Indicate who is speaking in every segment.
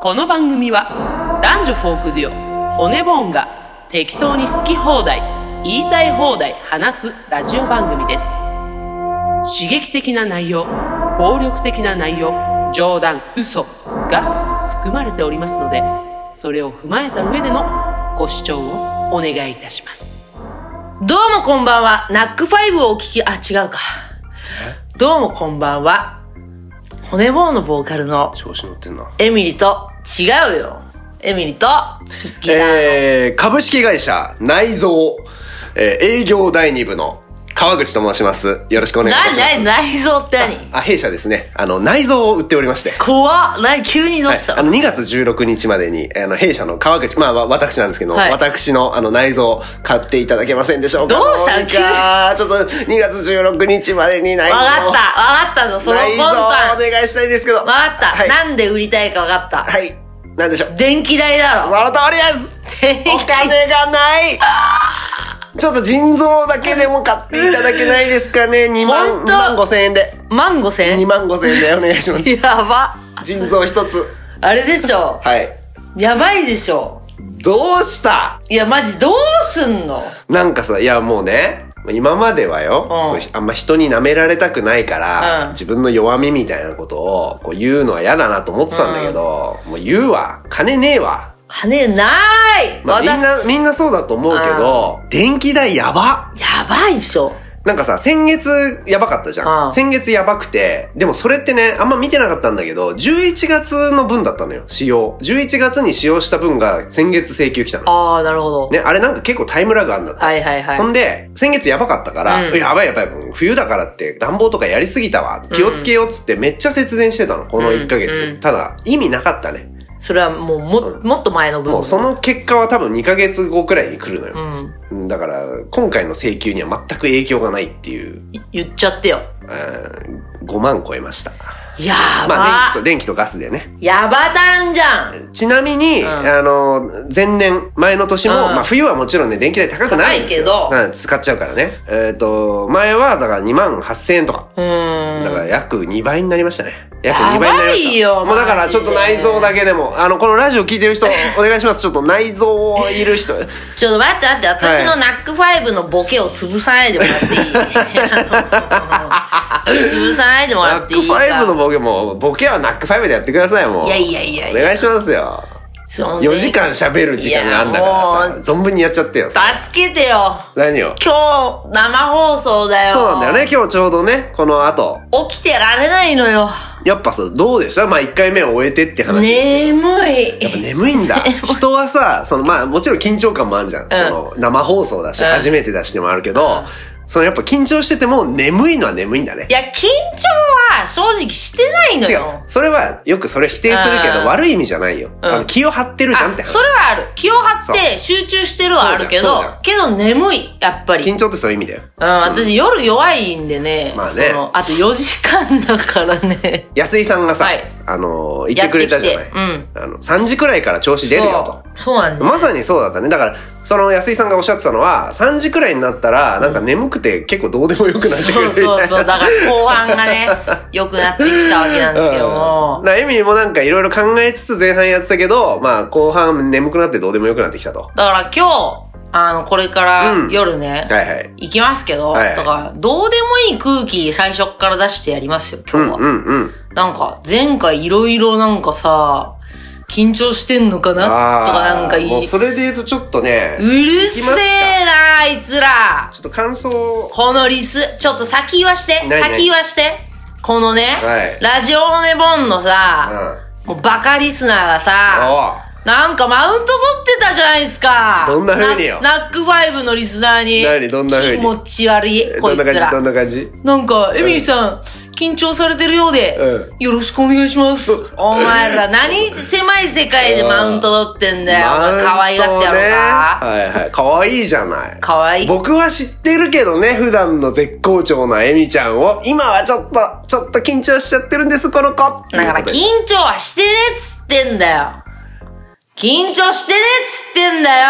Speaker 1: この番組は男女フォークデュオ骨ボンが適当に好き放題言いたい放題話すラジオ番組です刺激的な内容暴力的な内容冗談嘘が含まれておりますのでそれを踏まえた上でのご視聴をお願いいたします
Speaker 2: どうもこんばんは。ナックファイブをお聞き、あ、違うか。どうもこんばんは。骨棒のボーカルの
Speaker 3: 調子乗ってんな。
Speaker 2: エミリと、違うよ。エミリと、ギターの
Speaker 3: えー、株式会社内蔵、えー、営業第2部の川口と申します。よろしくお願いいた
Speaker 2: 何
Speaker 3: します。
Speaker 2: 何内臓って何
Speaker 3: あ、弊社ですね。あの、内蔵を売っておりまして。
Speaker 2: 怖っ。何急にどう
Speaker 3: はい
Speaker 2: した、、
Speaker 3: あの2月16日までに、あの弊社の川口、まあわ私なんですけど、
Speaker 2: はい
Speaker 3: 私のあの内臓買っていただけませんでしょうか
Speaker 2: どうした
Speaker 3: のかちょっと2月16日までに内臓
Speaker 2: わかった。わかったぞ。その
Speaker 3: 内
Speaker 2: 魂
Speaker 3: 臓をお
Speaker 2: 胆。
Speaker 3: 願いしたいですけど。わ
Speaker 2: わかった、
Speaker 3: はい。
Speaker 2: なんで売りたいかわかった。
Speaker 3: はい。なんでしょう。
Speaker 2: 電気代だ
Speaker 3: その
Speaker 2: ろ。
Speaker 3: 通りです
Speaker 2: 電気
Speaker 3: お金がないちょっと腎臓だけでも買っていただけないですかね ?2
Speaker 2: ほ
Speaker 3: 万
Speaker 2: んと
Speaker 3: ,2 万5千円で。
Speaker 2: 万五千
Speaker 3: 2万5千円でお願いします。
Speaker 2: やば。
Speaker 3: 腎臓一つ。
Speaker 2: あれでしょ。
Speaker 3: はい。
Speaker 2: やばいでしょ。
Speaker 3: どうした
Speaker 2: いや、マジどうすんの
Speaker 3: なんかさ、いやもうね、今まではよ、こうあんま人に舐められたくないから、
Speaker 2: うん
Speaker 3: 自分の弱みみたいなことをこう言うのは嫌だなと思ってたんだけど、もう言うわ。金ねえわ。
Speaker 2: 金ない、
Speaker 3: まあ、みん
Speaker 2: 私
Speaker 3: な、みんなそうだと思うけど、電気代やばっ
Speaker 2: やばいっしょ。
Speaker 3: なんかさ、先月やばかったじゃん。
Speaker 2: うん
Speaker 3: 先月やばくて、でもそれってね、あんま見てなかったんだけど、11月の分だったのよ、使用。11月に使用した分が先月請求来たの。
Speaker 2: ああ、なるほど。
Speaker 3: ね、あれなんか結構タイムラグあんだって。
Speaker 2: はいはいはい
Speaker 3: ほ。んで、先月やばかったから、
Speaker 2: うん
Speaker 3: やばいやばい、もう冬だからって暖房とかやりすぎたわ。気をつけようっつってめっちゃ節電してたの、この1ヶ月。
Speaker 2: うんうん
Speaker 3: ただ、意味なかったね。
Speaker 2: それはもうも、
Speaker 3: うん
Speaker 2: もっと前の部分。
Speaker 3: もうその結果は多分2ヶ月後くらいに来るの
Speaker 2: う
Speaker 3: よ。
Speaker 2: ん。
Speaker 3: だから、今回の請求には全く影響がないっていう、
Speaker 2: い言っちゃってよ。
Speaker 3: うん5万超えました。
Speaker 2: やば、
Speaker 3: まあ電気と電気とガスでね。
Speaker 2: やばたんじゃん。
Speaker 3: ちなみに、あの、前年、前の年も、
Speaker 2: うん
Speaker 3: まあ冬はもちろんね、電気代高くなるんですよ。
Speaker 2: 高いけ
Speaker 3: うん使っちゃうからね。えっ、と、前はだから2万8000円とか。
Speaker 2: うーん。
Speaker 3: だから約2倍になりましたね。約
Speaker 2: やばい
Speaker 3: 2倍になりました。
Speaker 2: よ
Speaker 3: もうだか
Speaker 2: マ
Speaker 3: ら
Speaker 2: ジ
Speaker 3: ち
Speaker 2: で
Speaker 3: ょっと内臓だけでも、あの、このラジオ聞いてる人、 お願いします。ちょっと内臓をいる人。
Speaker 2: ちょっと待って待って、私の
Speaker 3: はい
Speaker 2: ナックファイブのボケを潰さないでもらって いいあの潰さないでもら
Speaker 3: ナッ
Speaker 2: ってい
Speaker 3: ク
Speaker 2: い
Speaker 3: フ
Speaker 2: か
Speaker 3: ァイブのボケも、ボケはナックファイブでやってください、もう。
Speaker 2: いやいやいやいや
Speaker 3: お願いしますよ。
Speaker 2: そんで
Speaker 3: 4時間喋る時間があんだから
Speaker 2: いやも
Speaker 3: さ、存分にやっちゃってよ。
Speaker 2: 助けてよ。
Speaker 3: 何を
Speaker 2: 今日、生放送だよ。
Speaker 3: そうなんだよね、今日ちょうどね、この後。
Speaker 2: ね。起きてられないのよ。
Speaker 3: やっぱさ、どうでしたまあ、1回目を終えてって話ですけ
Speaker 2: 眠い。
Speaker 3: ど。やっぱ眠いん だ。人はさ、その、まあ、もちろん緊張感もあるじゃん。その、生放送だし、
Speaker 2: うん
Speaker 3: 初めてだしでもあるけど、その、やっぱ緊張してても、眠いのは眠いんだね
Speaker 2: い。や、緊張は正直してないの
Speaker 3: 違う
Speaker 2: よ。。
Speaker 3: それは、よくそれ否定するけ
Speaker 2: う
Speaker 3: ど、
Speaker 2: ん
Speaker 3: 悪い意味じゃないよ。あの気を張ってるじゃんって
Speaker 2: あ、
Speaker 3: 話
Speaker 2: そ。れはある。気を張って集中してるはあるけ
Speaker 3: そう
Speaker 2: ど
Speaker 3: じゃん、
Speaker 2: けど眠い、やっぱり。う
Speaker 3: 緊
Speaker 2: ん、
Speaker 3: 張ってそういう意味だよ。
Speaker 2: 私夜弱いんでね。
Speaker 3: まあね
Speaker 2: その、あと4時間だからね。
Speaker 3: 安井さんがさ、
Speaker 2: はい
Speaker 3: あのー、言ってくれたじゃな
Speaker 2: や
Speaker 3: い。
Speaker 2: ってき
Speaker 3: あの、3時くらいから調子出るよと。
Speaker 2: そう。そうなんです。
Speaker 3: まさにそうだったね。だから、その安井さんがおっしゃってたのは、3時くらいになったら、なんか眠くて結構どうでもよくなってく
Speaker 2: そ
Speaker 3: る
Speaker 2: う
Speaker 3: みたいな。
Speaker 2: そうそう。だから後半 がね、良くなってきたわけなんですけど
Speaker 3: う
Speaker 2: も
Speaker 3: ん。 だからエミリーもなんかいろいろ考えつつ前半やってたけど、まあ後半眠くなってどうでもよくなってきたと。は
Speaker 2: だから今日、あの、これから
Speaker 3: うん
Speaker 2: 夜ね、
Speaker 3: いはい。
Speaker 2: 行きますけど、
Speaker 3: はいはい
Speaker 2: だから、どうでもいい空気最初っから出してやりますよ、
Speaker 3: う
Speaker 2: 今日
Speaker 3: ん
Speaker 2: は。
Speaker 3: うんうん。
Speaker 2: なんか、前回いろいろなんかさ、緊張してんのか
Speaker 3: あ
Speaker 2: な
Speaker 3: ー
Speaker 2: とかなんかい
Speaker 3: もう
Speaker 2: い。
Speaker 3: それで言うとちょっとね
Speaker 2: う、るせえな、あいつら。
Speaker 3: ちょっと感想を
Speaker 2: このリス、ちょっと先言わして、
Speaker 3: 何何
Speaker 2: 先言わして。このね、
Speaker 3: はい
Speaker 2: ラジオ骨ボンの
Speaker 3: うん。
Speaker 2: さ、もうバカリスナーがさ、
Speaker 3: お
Speaker 2: なんかマウント取ってたじゃないですか。
Speaker 3: どんな風によ
Speaker 2: ナナックファイブのリスナーに。
Speaker 3: 何どんな風に
Speaker 2: 気持ち悪い、
Speaker 3: う
Speaker 2: こ
Speaker 3: ど
Speaker 2: い
Speaker 3: ん
Speaker 2: つ
Speaker 3: な感じど
Speaker 2: ら
Speaker 3: ん。な感じ
Speaker 2: なんか、エミリーさん、緊張されてるようで、
Speaker 3: う
Speaker 2: よろしくお願いします。お前ら、 何狭い世界でマウント取ってんだよ。
Speaker 3: マウントね
Speaker 2: 可愛がってやろうか。
Speaker 3: はいはい。可愛いじゃない。
Speaker 2: 可愛い
Speaker 3: 僕は知ってるけどね、普段の絶好調なエミちゃんを、今はちょっと、ちょっと緊張しちゃってるんです、この子。
Speaker 2: だから、緊
Speaker 3: 張
Speaker 2: 張はしてねっつってんだよ。緊張してねっつってんだよ。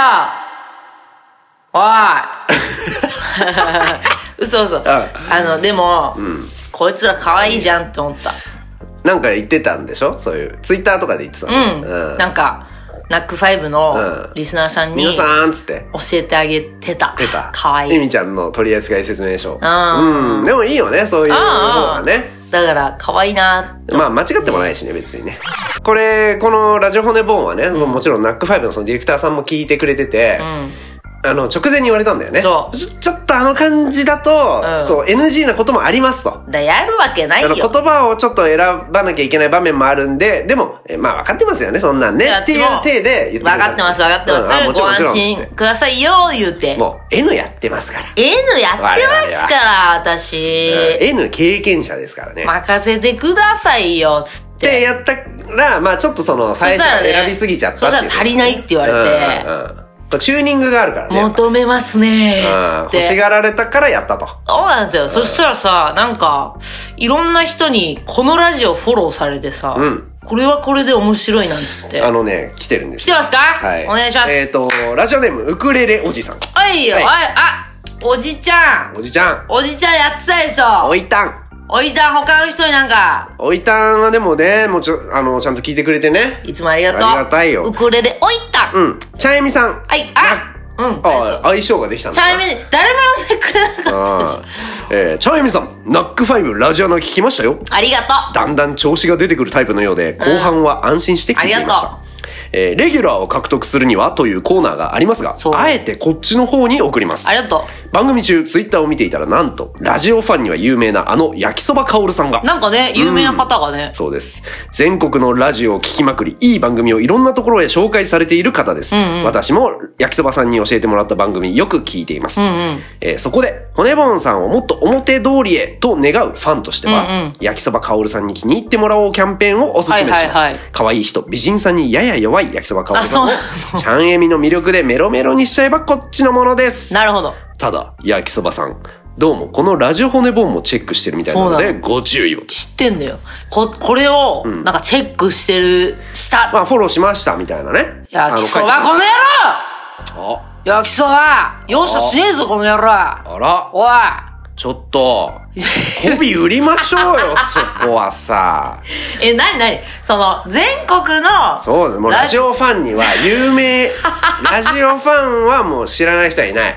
Speaker 2: おい。嘘嘘。あの、でも、こいつら可愛いじゃんって思った。
Speaker 3: なんか言ってたんでしょそういう。ツイッターとかで言ってた
Speaker 2: う
Speaker 3: の
Speaker 2: ん。
Speaker 3: ね
Speaker 2: なんか、ナックファイブの
Speaker 3: うん
Speaker 2: リスナーさんに
Speaker 3: 皆
Speaker 2: 教
Speaker 3: さんっつって。
Speaker 2: えてあげてた。
Speaker 3: 出た。
Speaker 2: かわい
Speaker 3: ゆ
Speaker 2: い。
Speaker 3: みちゃんの取扱説明書。
Speaker 2: あー
Speaker 3: うん。でもいいよね、そういう方がね。
Speaker 2: だから、かわいいな。
Speaker 3: まあ間違ってもないしね、別にね。これ、このラジオ骨ボーンはね、もちろんナックファイブのそのディレクターさんも聞いてくれてて
Speaker 2: う、ん。
Speaker 3: あの、直前に言われたんだよね。
Speaker 2: そう
Speaker 3: ちょちょっとあの感じだと、そ
Speaker 2: う
Speaker 3: う NG なこともありますと。
Speaker 2: だ、やるわけない
Speaker 3: あの
Speaker 2: よ。
Speaker 3: 言葉をちょっと選ばなきゃいけない場面もあるんで、でも、えまあ分かってますよね、そんなんね。
Speaker 2: いや
Speaker 3: っていう
Speaker 2: もう
Speaker 3: 体で言ってくれ
Speaker 2: 分かってます分かってます、
Speaker 3: うんあもちろ
Speaker 2: ご
Speaker 3: んもち
Speaker 2: 安
Speaker 3: ろん
Speaker 2: 心
Speaker 3: つって
Speaker 2: くださいよ言うて
Speaker 3: もう N やってますから。
Speaker 2: N やってますから私、
Speaker 3: うん N 経験者ですからね。っ
Speaker 2: 任せてくださいよつって
Speaker 3: てやったら、まあちょっとその、最初から選びすぎちゃったっていう
Speaker 2: そしたらねそしたら足りないって言われて
Speaker 3: うんうんうんチューニングがあるからね。
Speaker 2: 求めますね
Speaker 3: うん欲
Speaker 2: つって
Speaker 3: しがられたからやったと。
Speaker 2: そうなんですよ、そしたらさなんかいろんな人にこのラジオフォローされてさ、
Speaker 3: うん
Speaker 2: これはこれで面白いなんつって
Speaker 3: あのね、来てるんです
Speaker 2: 来てますか、お願いします、
Speaker 3: えっ、と、ラジオネーム、ウクレレおじさん。
Speaker 2: おいよ、
Speaker 3: はい
Speaker 2: おいあおじちゃん
Speaker 3: おじちゃん。
Speaker 2: おじちゃんやってたでしょ
Speaker 3: おいたん。
Speaker 2: おいた他の人になんか
Speaker 3: おいたんはでもね、もうちょ、あの、ちゃんと聞いてくれてね。
Speaker 2: いつもありがとう。
Speaker 3: ありがたいよ
Speaker 2: ウクレレ、おいった、
Speaker 3: うん。ちゃえみさん。
Speaker 2: はい、あうん。
Speaker 3: あ、相性ができたん
Speaker 2: チ
Speaker 3: だ
Speaker 2: ャ
Speaker 3: な。
Speaker 2: イムで、誰も呼んでくれなかった。
Speaker 3: あーえー、ちゃえみさん、ナックファイブラジオの聞きましたよ。
Speaker 2: ありがと
Speaker 3: だんだん調子が出てくるタイプのようで、後半は安心して聞いていまし
Speaker 2: あ
Speaker 3: た。えーレギュラーを獲得するにはというコーナーがありますが
Speaker 2: そう、
Speaker 3: あえてこっちの方に送ります
Speaker 2: う。あ。りがと
Speaker 3: 番組中、ツイッターを見ていたら、なんと、ラジオファンには有名なあの焼きそばかおるさんが
Speaker 2: う。。なんかね、有名な方がね。
Speaker 3: そうです。全国のラジオを聞きまくり、いい番組をいろんなところへ紹介されている方です。私も焼きそばさんに教えてもらった番組よく聞いています。えーそこで、骨ボンさんをもっと表通りへと願うファンとしては、焼きそばかおるさんに気に入ってもらおうキャンペーンをおすすめします。
Speaker 2: はいはいはい
Speaker 3: 可愛い人、美人さんにやや弱い焼きそばかおるさんを
Speaker 2: あそう、
Speaker 3: シャンエミの魅力でメロメロにしちゃえばこっちのものです。
Speaker 2: なるほど。
Speaker 3: ただ、焼きそばさん、どうもこのラジオ骨ボンもチェックしてるみたいなの
Speaker 2: そうな
Speaker 3: で、ご注意を。
Speaker 2: 知ってんだよ。こ、これを、なんかチェックしてる、した。
Speaker 3: まあ、フォローしましたみたいなね。
Speaker 2: 焼きそば
Speaker 3: あの
Speaker 2: この野郎
Speaker 3: 書いてあ
Speaker 2: 焼きそば容赦しねえぞ、この野郎
Speaker 3: あら、
Speaker 2: おい
Speaker 3: ちょっと、媚び売りましょうよ、そこはさ。
Speaker 2: え、なになにその、全国の、
Speaker 3: そうです。もうラジオファンには有名、ラジオファンはもう知らない人はいない。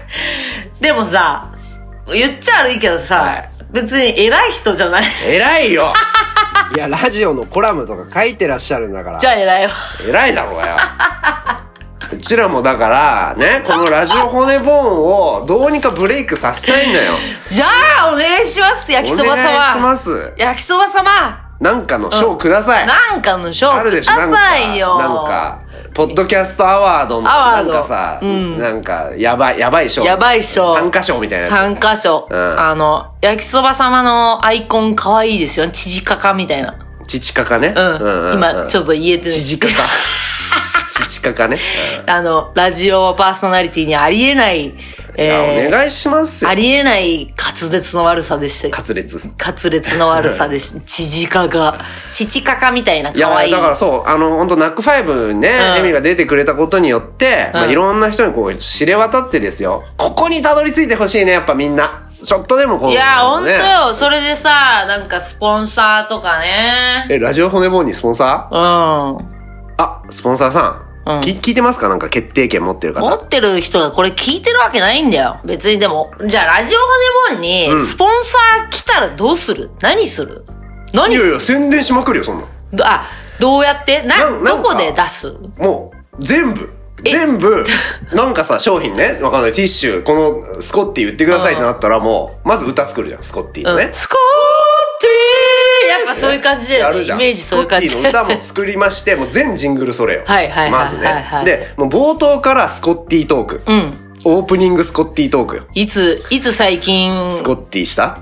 Speaker 2: でもさ、言っちゃ悪いけどさ、
Speaker 3: はい
Speaker 2: 別に偉い人じゃない。
Speaker 3: 偉いよ
Speaker 4: いや、ラジオのコラムとか書いてらっしゃるんだから。
Speaker 2: じゃあ偉いわ。
Speaker 3: 偉いだろうがよ。うちらもだから、ね、このラジオ骨ボーンをどうにかブレイクさせたいんだよ。
Speaker 2: じゃあ、お願いします、焼きそば
Speaker 3: お願いし
Speaker 2: 様。
Speaker 3: ます。
Speaker 2: 焼きそば様。
Speaker 3: なんかの賞ください。
Speaker 2: なんかの賞
Speaker 3: ある
Speaker 2: く
Speaker 3: で
Speaker 2: だ
Speaker 3: しょなん
Speaker 2: さ
Speaker 3: か
Speaker 2: いよ。
Speaker 3: なんかポッドキャストアワードの
Speaker 2: アワ
Speaker 3: な
Speaker 2: ー
Speaker 3: ん
Speaker 2: ド
Speaker 3: かさ、
Speaker 2: うん
Speaker 3: なんかやばいやばい賞
Speaker 2: やばい賞
Speaker 3: 参加賞みたいなや
Speaker 2: 三箇所、
Speaker 3: うん
Speaker 2: あの、焼きそば様のアイコン可愛いですよね。ちじかかみたいな。
Speaker 3: つチチカカね、
Speaker 2: うん。今、ちょ
Speaker 3: っ
Speaker 2: っと言えてない。
Speaker 3: チチカ カチチカカね、
Speaker 2: あの、ラジオパーソナリティにありえない、
Speaker 3: うんいや
Speaker 2: え
Speaker 3: お
Speaker 2: ー、
Speaker 3: 願いしますよ
Speaker 2: ありえない滑舌の悪さでした
Speaker 3: 滑舌
Speaker 2: 滑舌の悪さでした。 ちじかが。ちちかかみたいない
Speaker 3: や
Speaker 2: 可愛い。
Speaker 3: だからそう、あの、本当ナックファイブね、
Speaker 2: うん
Speaker 3: エミが出てくれたことによって、まあ、いろんな人にこう、知れ渡ってですよ。ここにたどり着いてほしいね、やっぱみんな。ちょっとでもこう、
Speaker 2: いや、ほんと
Speaker 3: ね
Speaker 2: よ。それでさ、なんかスポンサーとかね。
Speaker 3: え、ラジオ骨ボーンにスポンサー
Speaker 2: うん。
Speaker 3: あ、スポンサーさん。
Speaker 2: うん
Speaker 3: き聞いてますかなんか決定権持ってる
Speaker 2: 持
Speaker 3: 方。
Speaker 2: ってる人がこれ聞いてるわけないんだよ。別にでも、じゃあラジオ骨ボンに、スポンサー来たらどうする何する
Speaker 3: い
Speaker 2: 何す
Speaker 3: やい
Speaker 2: る
Speaker 3: や、宣伝しまくるよ、そんな
Speaker 2: どあ、どうやってな、
Speaker 3: なんなん
Speaker 2: ど
Speaker 3: か
Speaker 2: こで出す
Speaker 3: の。もう、全部。全部、なんかさ、商品ね、わかんない、ティッシュ、この、スコッティ売ってくださいってなったら、もう、まず歌作るじゃん、スコッティ
Speaker 2: う
Speaker 3: の
Speaker 2: ん。
Speaker 3: ね。
Speaker 2: スコーティーやっぱそういう感じだ
Speaker 3: や
Speaker 2: よね。
Speaker 3: るじ
Speaker 2: イ
Speaker 3: ゃん。
Speaker 2: メージそういう感じ。
Speaker 3: スコッティの歌も作りまして、もう全ジングルそれよ。
Speaker 2: はいはいはい
Speaker 3: まず
Speaker 2: はい
Speaker 3: ね
Speaker 2: はい。
Speaker 3: で、もう冒頭からスコッティトーク。
Speaker 2: うん。
Speaker 3: オープニングスコッティトークよ。
Speaker 2: いつ、いつ最近、
Speaker 3: スコッティした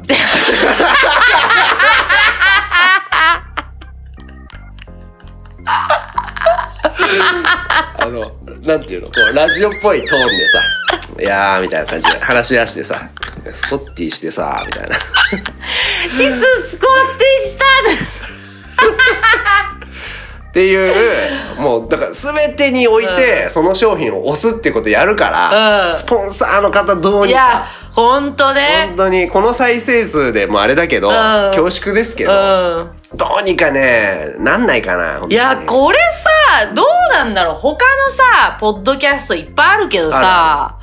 Speaker 3: あの、なんていうのこう、ラジオっぽいトーンでさ、いやーみたいな感じで話し出してさ、スコッティしてさ、みたいな。
Speaker 2: いつスコーティーした
Speaker 3: っていう、もう、だから全てにおいて、その商品を押すってことやるから、
Speaker 2: うん
Speaker 3: スポンサーの方どう
Speaker 2: い
Speaker 3: に
Speaker 2: や
Speaker 3: か。、
Speaker 2: ほんとね
Speaker 3: 本。当に、この再生数でもあれだけど、
Speaker 2: ん
Speaker 3: 恐縮ですけど、
Speaker 2: うん。
Speaker 3: どうにかね、なんないかな。
Speaker 2: いや、これさ、どうなんだろう他のさ、ポッドキャストいっぱいあるけどさ、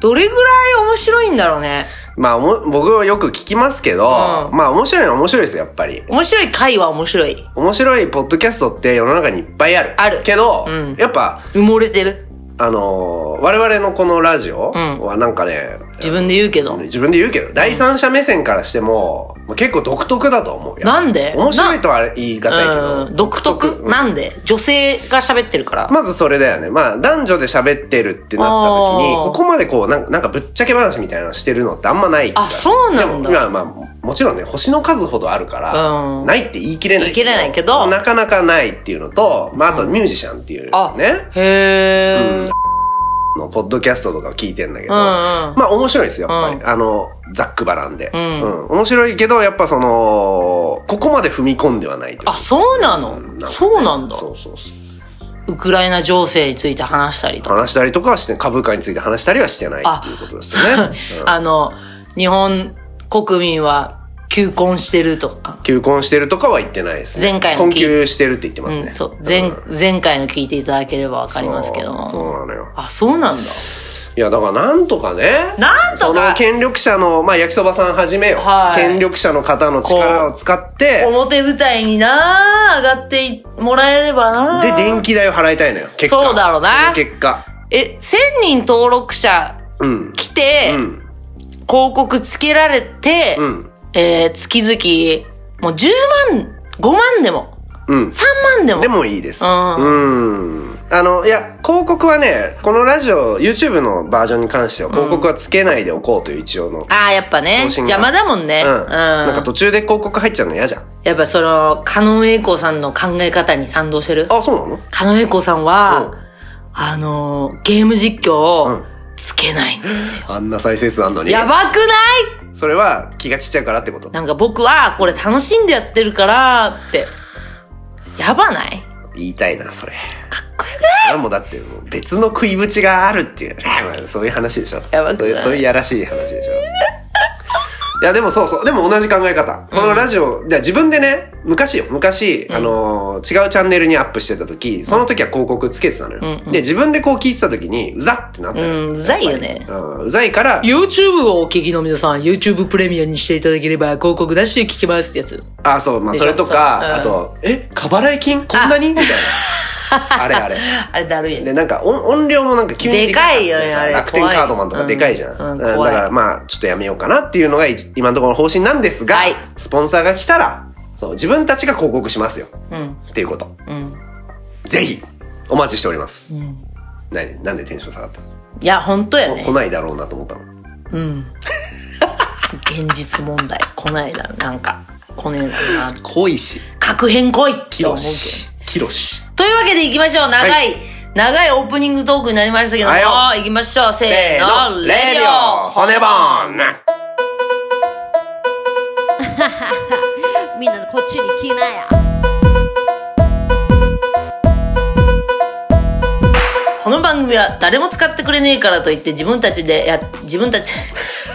Speaker 2: どれぐらい面白いんだろうね。
Speaker 3: まあ、おも僕はよく聞きますけど、
Speaker 2: うん
Speaker 3: まあ、面白いのは面白いですよ、やっぱり。
Speaker 2: 面白い回は面白い。
Speaker 3: 面白いポッドキャストって世の中にいっぱいある。
Speaker 2: ある
Speaker 3: けど、
Speaker 2: うん
Speaker 3: やっぱ、
Speaker 2: 埋もれてる。
Speaker 3: あのー我々のこのラジオ
Speaker 2: うん
Speaker 3: はなんかね、
Speaker 2: 自分で言うけど。
Speaker 3: 自分で言うけど、第三者目線からしても、まあ結構独特だと思うよ。
Speaker 2: なんで
Speaker 3: 面白いとは言い難いけど。
Speaker 2: うん、独特
Speaker 3: うん
Speaker 2: なんで女性が喋ってるから。
Speaker 3: まずそれだよね。まあ、男女で喋ってるってなった時に、
Speaker 2: あー
Speaker 3: ここまでこう、なんか、なんかぶっちゃけ話みたいなのしてるのってあんまない気が
Speaker 2: あ、そうなんだ。
Speaker 3: でもまあまあ、もちろんね、星の数ほどあるから、
Speaker 2: うん。
Speaker 3: ないって言い切れない。
Speaker 2: 言い切れないけど
Speaker 3: なかなかないっていうのと、まあ、あとミュージシャンっていう
Speaker 2: あ
Speaker 3: ね、
Speaker 2: へー
Speaker 3: のポッドキャストとか聞いてんだけど、
Speaker 2: うん
Speaker 3: ま
Speaker 2: うん。
Speaker 3: あ面白いですよ、やっぱ
Speaker 2: う
Speaker 3: り。あの、ざっくばらんで。
Speaker 2: うん
Speaker 3: うん。面白いけど、やっぱその、ここまで踏み込んではないという
Speaker 2: あ、そうなの、
Speaker 3: うんかね
Speaker 2: そうなんだ。
Speaker 3: そうそうそう。
Speaker 2: ウクライナ情勢について話したりとか。
Speaker 3: 話したりとかはして、株価について話したりはしてないっていうことですね。 うん
Speaker 2: あの、日本国民は求婚してるとか。
Speaker 3: 求婚してるとかは言ってないですね。
Speaker 2: 前回の聞
Speaker 3: 困
Speaker 2: い
Speaker 3: 窮してるって言ってますね。
Speaker 2: うん、そう。前、前回の聞いていただければわかりますけど
Speaker 3: そう
Speaker 2: も。
Speaker 3: そうなのよ。
Speaker 2: あ、そうなんだ。
Speaker 3: いや、だからなんとかね。
Speaker 2: なん
Speaker 3: そ
Speaker 2: と
Speaker 3: の
Speaker 2: か、
Speaker 3: 権力者の、まあ、焼きそばさんはじめよ、
Speaker 2: はい
Speaker 3: 権力者の方の力を使って、
Speaker 2: 表舞台にな上がっていもらえればな
Speaker 3: で、電気代を払いたいのよ。結果。
Speaker 2: そうだろうな
Speaker 3: その結果。
Speaker 2: え、1000人登録者
Speaker 3: うん。
Speaker 2: 来て、
Speaker 3: うん。
Speaker 2: 広告つけられて、
Speaker 3: うん。
Speaker 2: えー月々、もう10万、5万でも、
Speaker 3: うん。
Speaker 2: 3万でも。
Speaker 3: でもいいです。
Speaker 2: うん
Speaker 3: うん。あの、いや、広告はね、このラジオ、YouTube のバージョンに関しては、広告はつけないでおこうという一応の。
Speaker 2: ああ、やっぱね、
Speaker 3: 方針が
Speaker 2: 邪魔だもんね。
Speaker 3: うん。なんか途中で広告入っちゃうの嫌じゃん。
Speaker 2: やっぱその、カノン栄光さんの考え方に賛同してる。
Speaker 3: あ、そうなの
Speaker 2: カノン栄光さん
Speaker 3: う
Speaker 2: は
Speaker 3: ん、
Speaker 2: あのー、ゲーム実況
Speaker 3: う
Speaker 2: を
Speaker 3: ん
Speaker 2: つけないんですよ。
Speaker 3: あんな再生数あんのに。
Speaker 2: やばくない
Speaker 3: それは気がちっちゃいからってこと。
Speaker 2: なんか僕はこれ楽しんでやってるからって。やばない
Speaker 3: 言いたいな、それ。かっこよくないもうだってもう別の食いぶちがある っていう。まあそういう話でしょ。
Speaker 2: やばくない
Speaker 3: そういう、そういうやらしい話でしょ。いや、でもそうそう。でも同じ考え方。このラジオ、で自分でね、昔よ、昔、あのー違うチャンネルにアップしてた時、その時は広告つけてたのよ。
Speaker 2: うんうん
Speaker 3: で、自分でこう聞いてた時に、うざってなったのよ
Speaker 2: うんうざいよね
Speaker 3: うんうざいから、
Speaker 2: YouTube をお聞きの皆さん、YouTube プレミアムにしていただければ広告出して聞きますってやつ。
Speaker 3: あ、そう、まあ
Speaker 2: でし
Speaker 3: そ
Speaker 2: ょ
Speaker 3: れとか、
Speaker 2: そうう
Speaker 3: あ
Speaker 2: ん
Speaker 3: と、え、過払い金こんなにみたいな。あれあれ。
Speaker 2: あれだるいよね。
Speaker 3: で、なんか音音量もなんか急に
Speaker 2: でかいよねあれ
Speaker 3: 楽天
Speaker 2: 怖い
Speaker 3: カードマンとかでかいじゃん。
Speaker 2: うんうん
Speaker 3: だ
Speaker 2: 怖い
Speaker 3: からまあ、ちょっとやめようかなっていうのが一今のところの方針なんですが、
Speaker 2: はい
Speaker 3: スポンサーが来たら、そう、自分たちが広告しますよ。
Speaker 2: うん。
Speaker 3: っていうこと。
Speaker 2: うん。
Speaker 3: ぜひ、お待ちしております。
Speaker 2: ん
Speaker 3: 何なんでテンション下がったの
Speaker 2: いや、本当やね
Speaker 3: 来。ないだろうなと思ったの。
Speaker 2: うん。現実問題。来ないだろ、なんか。来ねえだろな。
Speaker 3: 恋し、
Speaker 2: 確変来いって
Speaker 3: き
Speaker 2: 思う
Speaker 3: ろ
Speaker 2: け
Speaker 3: し、きろし。
Speaker 2: ど。というわけで行きましょう。長い、
Speaker 3: は
Speaker 2: 長いオープニングトークになりましたけども、
Speaker 3: はいよ
Speaker 2: 行きましょう。せ
Speaker 3: せ
Speaker 2: ー
Speaker 3: ーの、
Speaker 2: の、
Speaker 3: レ
Speaker 2: レ
Speaker 3: デ
Speaker 2: デ
Speaker 3: ィ
Speaker 2: ィ
Speaker 3: オ、
Speaker 2: オ
Speaker 3: 骨ボーン
Speaker 5: みんなこっちに来なや。
Speaker 2: この番組は誰も使ってくれねえからといって自分たちでや、自 分たち、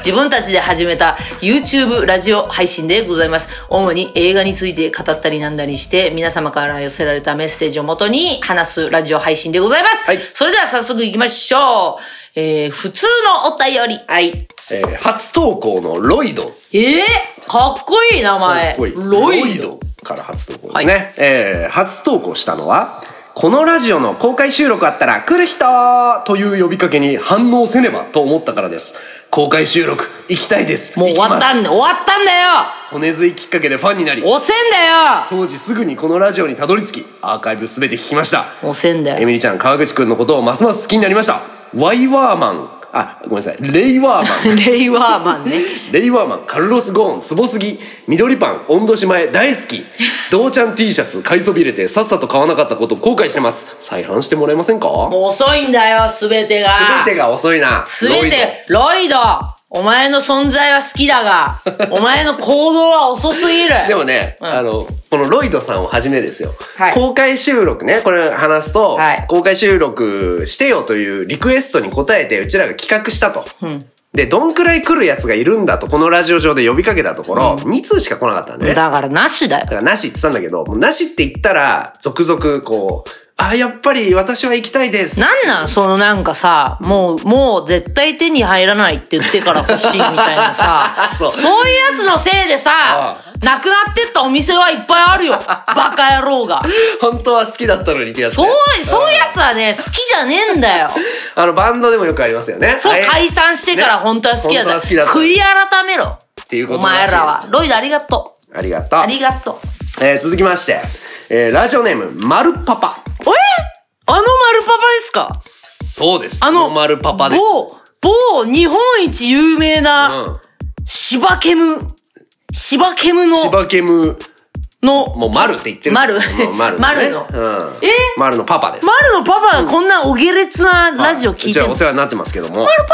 Speaker 2: 自分たちで始めた YouTube ラジオ配信でございます。主に映画について語ったりなんだりして、皆様から寄せられたメッセージをもとに話すラジオ配信でございます。
Speaker 3: はい
Speaker 2: それでは早速行きましょう。えー、普通のお便り。はい。
Speaker 3: えー初投稿のロイド
Speaker 2: えー、かっこいい名前。
Speaker 3: かっこいい
Speaker 2: ロイド。
Speaker 3: から初投稿ですね、えー初投稿したのはこのラジオの公開収録あったら来る人という呼びかけに反応せねばと思ったからです公開収録行きたいです
Speaker 2: もう終わった
Speaker 3: 行きま
Speaker 2: んだ、終わったんだよ
Speaker 3: す骨髄きっかけでファンになり
Speaker 2: 押せんだ
Speaker 3: 当時すぐにこのラジオにたどり着きアーカイブ全て聞きました
Speaker 2: よ押せんだ
Speaker 3: エ
Speaker 2: よ。
Speaker 3: ミリちゃん川口くんのことをますます好きになりましたワイワーマンあごめんなさいレイワーマン
Speaker 2: レイワーマンね。
Speaker 3: レイワーマン、カルロス・ゴーン、ツボすぎ、緑パン、温度しまえ、大好き。どうちゃん T シャツ、買いそびれて、さっさと買わなかったこと後悔してます。再販してもらえませんか
Speaker 2: もう遅いんだよ、すべてが。
Speaker 3: すべてが遅いな。
Speaker 2: すべて、ロイドお前の存在は好きだ が、お前の行動は遅すぎる
Speaker 3: ロイドでもね、
Speaker 2: うん
Speaker 3: あの、このロイドさんをはじめですよ。
Speaker 2: はい
Speaker 3: 公開収録ね、これ話すと、
Speaker 2: はい
Speaker 3: 公開収録してよというリクエストに応えて、うちらが企画したと。で、どんくらい来るやつがいるんだと、このラジオ上で呼びかけたところ、2通しか来なかったんでね。だ
Speaker 2: だからなしだよ。
Speaker 3: から、なしって言ってたんだけど、もうなしって言ったら、続々、こう、あ、やっぱり私は行きたいです。、
Speaker 2: なんなんそのなんかさ、もう、もう絶対手に入らないって言ってから欲しいみたいなさ
Speaker 3: そう
Speaker 2: そういうやつのせいでさ、なくなってったお店はいっぱいあ るよ。バカ野郎が。
Speaker 3: 本当は好きだったのにってやつね、
Speaker 2: そう、そういうやつはね、好きじゃねえん だよ。
Speaker 3: あの、バンドでもよくありますよね。
Speaker 2: そう、解
Speaker 3: っ
Speaker 2: 散してから本当は好きだっ
Speaker 3: ね本当
Speaker 2: た。
Speaker 3: は好きだった
Speaker 2: 悔い改めろ。
Speaker 3: ていうこ
Speaker 2: お
Speaker 3: としい
Speaker 2: 前
Speaker 3: です
Speaker 2: らは。。ロイドありがとう。
Speaker 3: ありがとう
Speaker 2: あ。りがとう。
Speaker 3: えー続きまして、えーラジオネーム、まるパパ。
Speaker 2: えあの丸パパですか
Speaker 3: そうです。
Speaker 2: あの、
Speaker 3: まるパパです。
Speaker 2: 某、某日本一有名な、
Speaker 3: う
Speaker 2: シバケム、シバケム
Speaker 3: ん。し
Speaker 2: の、
Speaker 3: ばけむ、
Speaker 2: の、
Speaker 3: もうまるって言ってる。
Speaker 2: まる
Speaker 3: もうまる、ね。
Speaker 2: まる
Speaker 3: うん。
Speaker 2: のえ
Speaker 3: まるのパパです。
Speaker 2: 丸のパパがこんなお下劣なラジオ聞いて
Speaker 3: は
Speaker 2: る
Speaker 3: お世話になってますけども。まるパ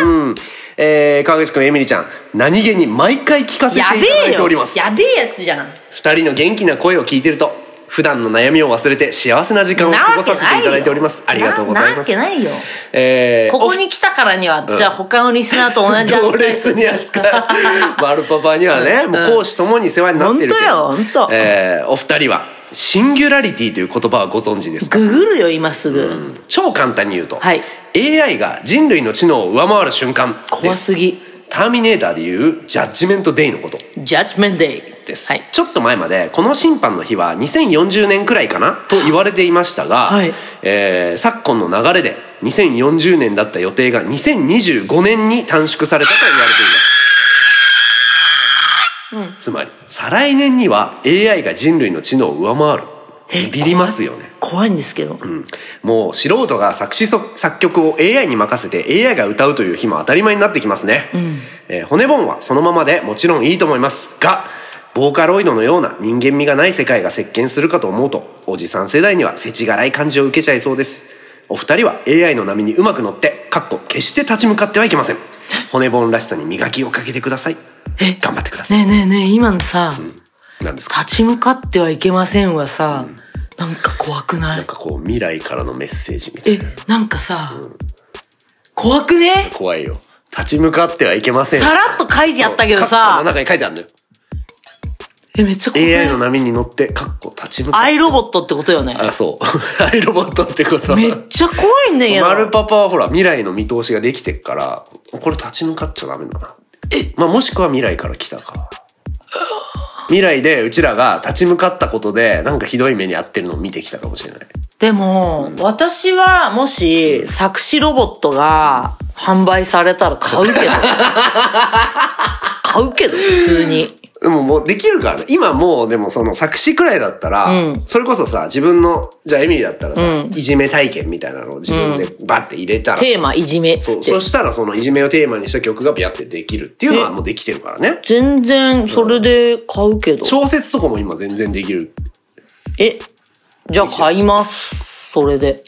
Speaker 3: パうん。えー、川口くん、エミリちゃん、何気に毎回聞かせてい
Speaker 2: や
Speaker 3: た
Speaker 2: べ
Speaker 3: だ
Speaker 2: え
Speaker 3: いてお
Speaker 2: よ
Speaker 3: ります。
Speaker 2: やべえやつじゃん。
Speaker 3: 二人の元気な声を聞いてると、普段の悩みを忘れて幸せな時間を過ごさせていただいております。ありがとうございます。
Speaker 2: ななわけないよ。
Speaker 3: えー、
Speaker 2: ここに来たからには、じゃあ他のリスナーと同 じ
Speaker 3: 同
Speaker 2: 扱いす
Speaker 3: 列
Speaker 2: る。
Speaker 3: に扱う。 マルパパにはね、もう公私ともに世話になってるけど。
Speaker 2: ほんとよほんと
Speaker 3: えーお二人は、シンギュラリティという言葉はご存知ですか
Speaker 2: ググるよ、今すぐ。
Speaker 3: 超簡単に言うと、
Speaker 2: はい
Speaker 3: AI が人類の知能を上回る瞬間です。
Speaker 2: 怖すぎ。
Speaker 3: ターミネーターでいうジャッジメントデイのこと
Speaker 2: ジャッジメントデイ。
Speaker 3: です、
Speaker 2: はい。
Speaker 3: ちょっと前までこの審判の日は2040年くらいかなと言われていましたが、
Speaker 2: はい
Speaker 3: えー昨今の流れで2040年だった予定が2025年に短縮されたと言われています、つまり再来年には AI が人類の知能を上回るビビりますよね
Speaker 2: 怖いんですけど。
Speaker 3: もう素人が作詞そ作曲を AI に任せて AI が歌うという日も当たり前になってきますね、えー骨盆はそのままでもちろんいいと思いますがボーカロイドのような人間味がない世界が席巻するかと思うとおじさん世代には世知辛い感じを受けちゃいそうですお二人は AI の波にうまく乗ってかっこ決して立ち向かってはいけません骨盆らしさに磨きをかけてください頑張ってください、
Speaker 2: ねえねえねえ、今のさ、
Speaker 3: なんですか
Speaker 2: 立ち向かってはいけませんはさ、なんか怖くな
Speaker 3: なん
Speaker 2: い
Speaker 3: かこう未来からのメッセージみたい
Speaker 2: え
Speaker 3: な、
Speaker 2: なんかさ、怖くね
Speaker 3: 怖いよ立ち向かってはいけません
Speaker 2: さらっと書いてあったけ
Speaker 3: カ
Speaker 2: ど
Speaker 3: ッコの
Speaker 2: さ、
Speaker 3: 中に書いてあるんだよ
Speaker 2: え、めっちゃ怖
Speaker 3: AI の
Speaker 2: い。
Speaker 3: 波に乗って、かっこ立ち向か
Speaker 2: ア
Speaker 3: う。
Speaker 2: イロボットってことよね。
Speaker 3: あ、そう。 アイロボットってこと。
Speaker 2: めっちゃ怖いんだけど。
Speaker 3: マルパパはほら、未来の見通しができてっから、これ立ち向かっちゃダメだな。えまあ、もしくは未来から来たか。未来でうちらが立ち向かったことで、なんかひどい目に遭ってるのを見てきたかもしれない。
Speaker 2: でも、私はもし作詞ロボットが販売されたら買う けど。買うけど、普通に。
Speaker 3: でももうできるからね。今もうでもその作詞くらいだったら、
Speaker 2: うん
Speaker 3: それこそさ、自分の、じゃあエミリーだったらさ、
Speaker 2: うん
Speaker 3: いじめ体験みたいなのを自分でバッて入れたらさ、
Speaker 2: テーマいじめっつ
Speaker 3: そ
Speaker 2: っ
Speaker 3: う
Speaker 2: て
Speaker 3: そ。したらそのいじめをテーマにした曲がビャってできるっていうのはもうできてるからね
Speaker 2: 全然それで買うけど。
Speaker 3: 小説とかも今全然できる
Speaker 2: え、じゃあ買います。それで。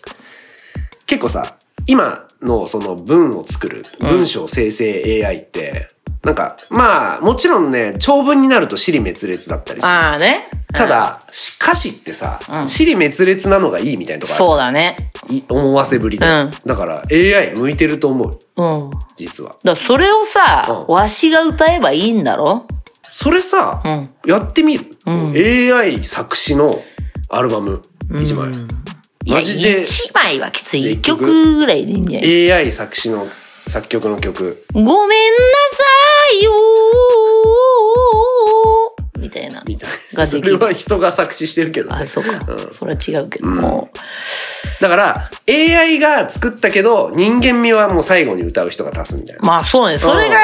Speaker 3: 結構さ今のその文を作る文章生成 AI って、なんかまあもちろんね長文になると尻滅裂だったりする
Speaker 2: ああね。
Speaker 3: ただ、し歌詞ってさ、
Speaker 2: ん
Speaker 3: 尻滅裂なのがいいみたいなとこ
Speaker 2: そう
Speaker 3: あ
Speaker 2: だね。
Speaker 3: るい思わせぶりで、
Speaker 2: うん
Speaker 3: だから AI 向いてると思う
Speaker 2: うん。
Speaker 3: 実は
Speaker 2: だからそれをさ、
Speaker 3: うん
Speaker 2: わしが歌えばいいんだろ
Speaker 3: それさ、
Speaker 2: うん
Speaker 3: やってみる、AI 作詞のアルバム1枚、
Speaker 2: いや
Speaker 3: マジで
Speaker 2: 一枚はきつい。
Speaker 3: で
Speaker 2: 一曲ぐらいでいいんじゃない
Speaker 3: AI 作詞の作曲の曲
Speaker 2: ごめんなさいよーみたいな。
Speaker 3: みたい
Speaker 2: が
Speaker 3: な。
Speaker 2: で
Speaker 3: そ
Speaker 2: きる
Speaker 3: れは人が作詞してるけどね
Speaker 2: あ、。そうか。それは違うけど、も。
Speaker 3: だから、AI が作ったけど、人間味はもう最後に歌う人が足すみたいうな。
Speaker 2: まあそうね。それが、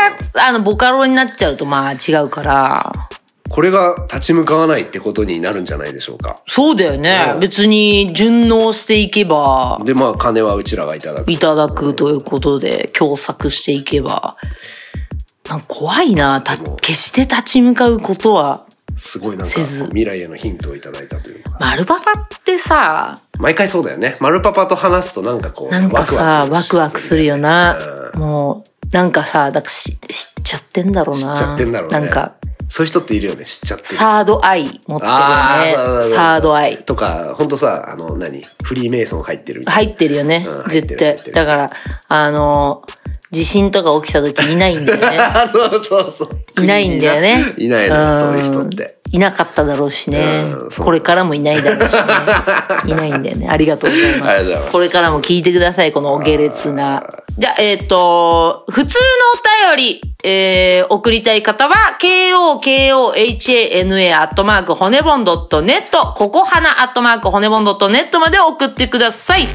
Speaker 2: あの、ボカロになっちゃうと、まあ違うから。
Speaker 3: これが立ち向かわないってことになるんじゃないでしょうか。
Speaker 2: そうだよね
Speaker 3: う。ん
Speaker 2: 別に順応していけば、
Speaker 3: で、まあ、金はうちらがいただく。
Speaker 2: いただくということで、共作していけば。なんか怖いな。た、決して立ち向かうことは。
Speaker 3: すごいなんか、
Speaker 2: せず
Speaker 3: 未来へのヒントをいただいたというか。
Speaker 2: 丸パパってさ、
Speaker 3: 毎回そうだよね。マルパパと話すとなんかこう、
Speaker 2: なんかさ、ワクワクするよな。
Speaker 3: うん
Speaker 2: もう、なんかさ、だからし知っちゃってんだろうな。
Speaker 3: 知っちゃってんだろうね。
Speaker 2: なんか、
Speaker 3: そういう人っているよね、知っちゃってる人。
Speaker 2: サードアイ持ってるよね
Speaker 3: あーそうそうそう。
Speaker 2: サードアイ。
Speaker 3: とか、ほんとさ、あの、何フリーメイソン入ってるみたいな。
Speaker 2: 入ってるよね
Speaker 3: うん。入ってる
Speaker 2: 絶
Speaker 3: 入っ
Speaker 2: 対
Speaker 3: て。る
Speaker 2: だから、あの、地震とか起きた時いないんだ よね。
Speaker 3: あそうそうそう。
Speaker 2: いないんだよね。
Speaker 3: いないの
Speaker 2: う
Speaker 3: よ、
Speaker 2: ん
Speaker 3: そういう人って。。
Speaker 2: いなかっただろうしね
Speaker 3: うん。そう
Speaker 2: これからもいないだろうし ね。いないんだよね。ありがとうございます。
Speaker 3: ありがとうございます
Speaker 2: これからも聞いてください、この下劣な。じゃあ、えっ、と、普通のお便り、えー、送りたい方は、k-o-k-o-h-a-n-a アットマーク骨盆 .net、ここはなアットマーク骨盆 .net まで送ってください。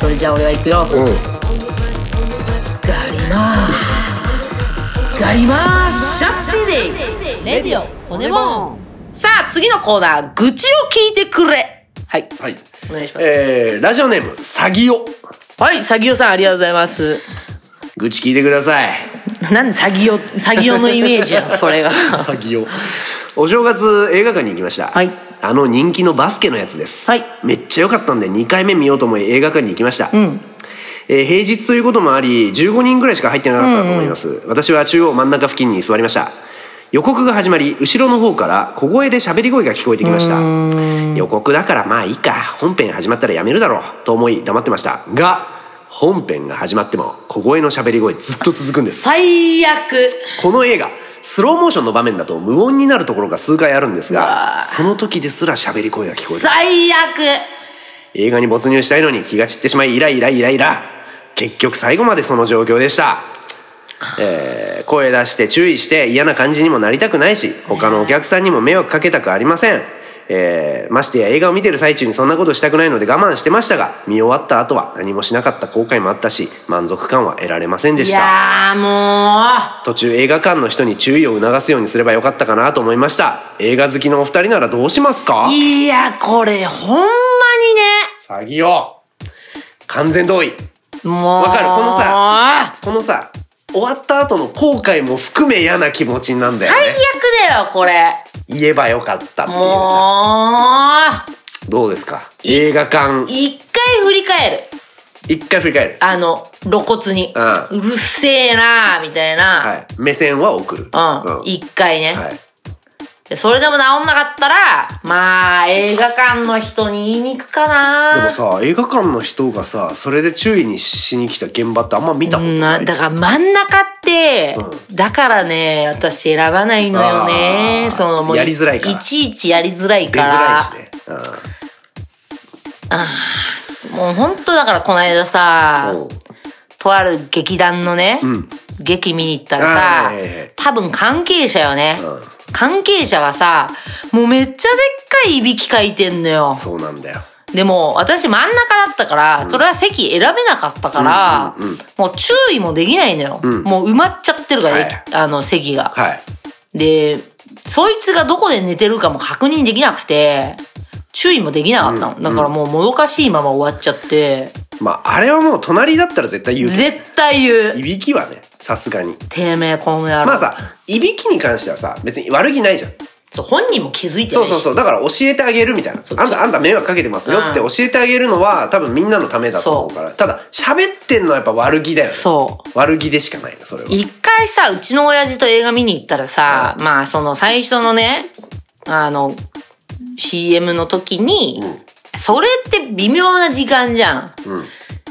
Speaker 2: それじゃあ俺は行くよ。
Speaker 3: うん。
Speaker 2: ガリマーガリマーシャッティデイ
Speaker 5: レディオ骨も
Speaker 2: さあ次のコーナー愚痴を聞いてくれはい
Speaker 3: はい。
Speaker 2: お願いします
Speaker 3: えー、ラジオネーム、サギオ。
Speaker 2: はいサギオさんありがとうございます
Speaker 3: 愚痴聞いてください。
Speaker 2: なんでサギオサギオのイメー ジやんそれがは
Speaker 3: サギオ。お正月映画館に行きました。
Speaker 2: はい
Speaker 3: あの人気のバスケのやつです。
Speaker 2: はい
Speaker 3: めっちゃ良かったんで2回目見ようと思い映画館に行きました。えー平日ということもあり15人ぐらいしか入ってなかったと思います、私は中央真ん中付近に座りました予告が始まり後ろの方から小声で喋り声が聞こえてきました予告だからまあいいか本編始まったらやめるだろうと思い黙ってましたが本編が始まっても小声の喋り声ずっと続くんです
Speaker 2: 最悪
Speaker 3: この映画スローモーションの場面だと無音になるところが数回あるんですがその時ですら喋り声が聞こえる
Speaker 2: 最悪
Speaker 3: 映画に没入したいのに気が散ってしまいイライライライラ結局最後までその状況でした、えー声出して注意して嫌な感じにもなりたくないし他のお客さんにも迷惑かけたくありません、えーましてや映画を見てる最中にそんなことしたくないので我慢してましたが見終わった後は何もしなかった後悔もあったし満足感は得られませんで
Speaker 2: い
Speaker 3: した
Speaker 2: やーも
Speaker 3: 途中映画館の人に注意を促すようにすればよかったかなと思いました映画好きのお二人ならどうしますか
Speaker 2: ういやこれほんまにね
Speaker 3: 詐欺よ完全同意
Speaker 2: もう
Speaker 3: わかるこのさこのさ終わった後の後悔も含め嫌な気持ちになんだよ
Speaker 2: 最
Speaker 3: ね
Speaker 2: 悪だよこれ
Speaker 3: 言えばよかったっていうさ
Speaker 2: も
Speaker 3: どうですか映画
Speaker 2: う
Speaker 3: 館
Speaker 2: 一回振り返る
Speaker 3: 一回振り返る
Speaker 2: あの、露骨に、う
Speaker 3: う
Speaker 2: るせえなーみたい
Speaker 3: は
Speaker 2: な、
Speaker 3: い目線は送る
Speaker 2: うん、一、回ね、
Speaker 3: はい
Speaker 2: でそれでも治んなかったら、まあ、映画館の人に言いに行くか
Speaker 3: で
Speaker 2: な
Speaker 3: もさ映画館の人がさそれで注意にしに来た現場ってあんま見たことな
Speaker 2: ないだから真ん中って、だからね、私選ばないのよ
Speaker 3: あ
Speaker 2: ね。
Speaker 3: ー
Speaker 2: そのもう、
Speaker 3: やりづらいから
Speaker 2: ちいちやりづらい
Speaker 3: 出
Speaker 2: か
Speaker 3: づら
Speaker 2: ら
Speaker 3: い。しねうん
Speaker 2: もうほんとだからこの間さ、
Speaker 3: うん
Speaker 2: とある劇団のね、劇見に行ったらさ、
Speaker 3: あーはいはいはい
Speaker 2: 多分関係者よね、関係者がさ、もうめっちゃでっかいいびきかいてんのよ。
Speaker 3: そうなんだよ
Speaker 2: でも私真ん中だったから、それは席選べなかったから、もう注意もできないのよ。もう埋まっちゃってるから、
Speaker 3: はい
Speaker 2: あの席が。
Speaker 3: はい
Speaker 2: で、そいつがどこで寝てるかも確認できなくて、注意もできなかったの。だからもうもどかしいまま終わっちゃって、
Speaker 3: まああれはもう隣だったら絶対言う
Speaker 2: 絶対言。
Speaker 3: いうびきはねさすがに
Speaker 2: てめえ、この野郎。
Speaker 3: まあさいびきに関してはさ別に悪気ないじゃん
Speaker 2: そう本人も気づいて
Speaker 3: そ
Speaker 2: ないうし
Speaker 3: そうそうだから教えてあげるみたいなあんたあんた迷惑かけてますよって
Speaker 2: う
Speaker 3: 教えてあげるのは多分みんなのためだと思うからただ喋ってんのはやっぱ悪気だよね
Speaker 2: そう
Speaker 3: 悪気でしかないねそれは
Speaker 2: 一回さ、うちの親父と映画見に行ったらさ、まあその最初のね、あの、CM の時に、それって微妙な時間じゃん。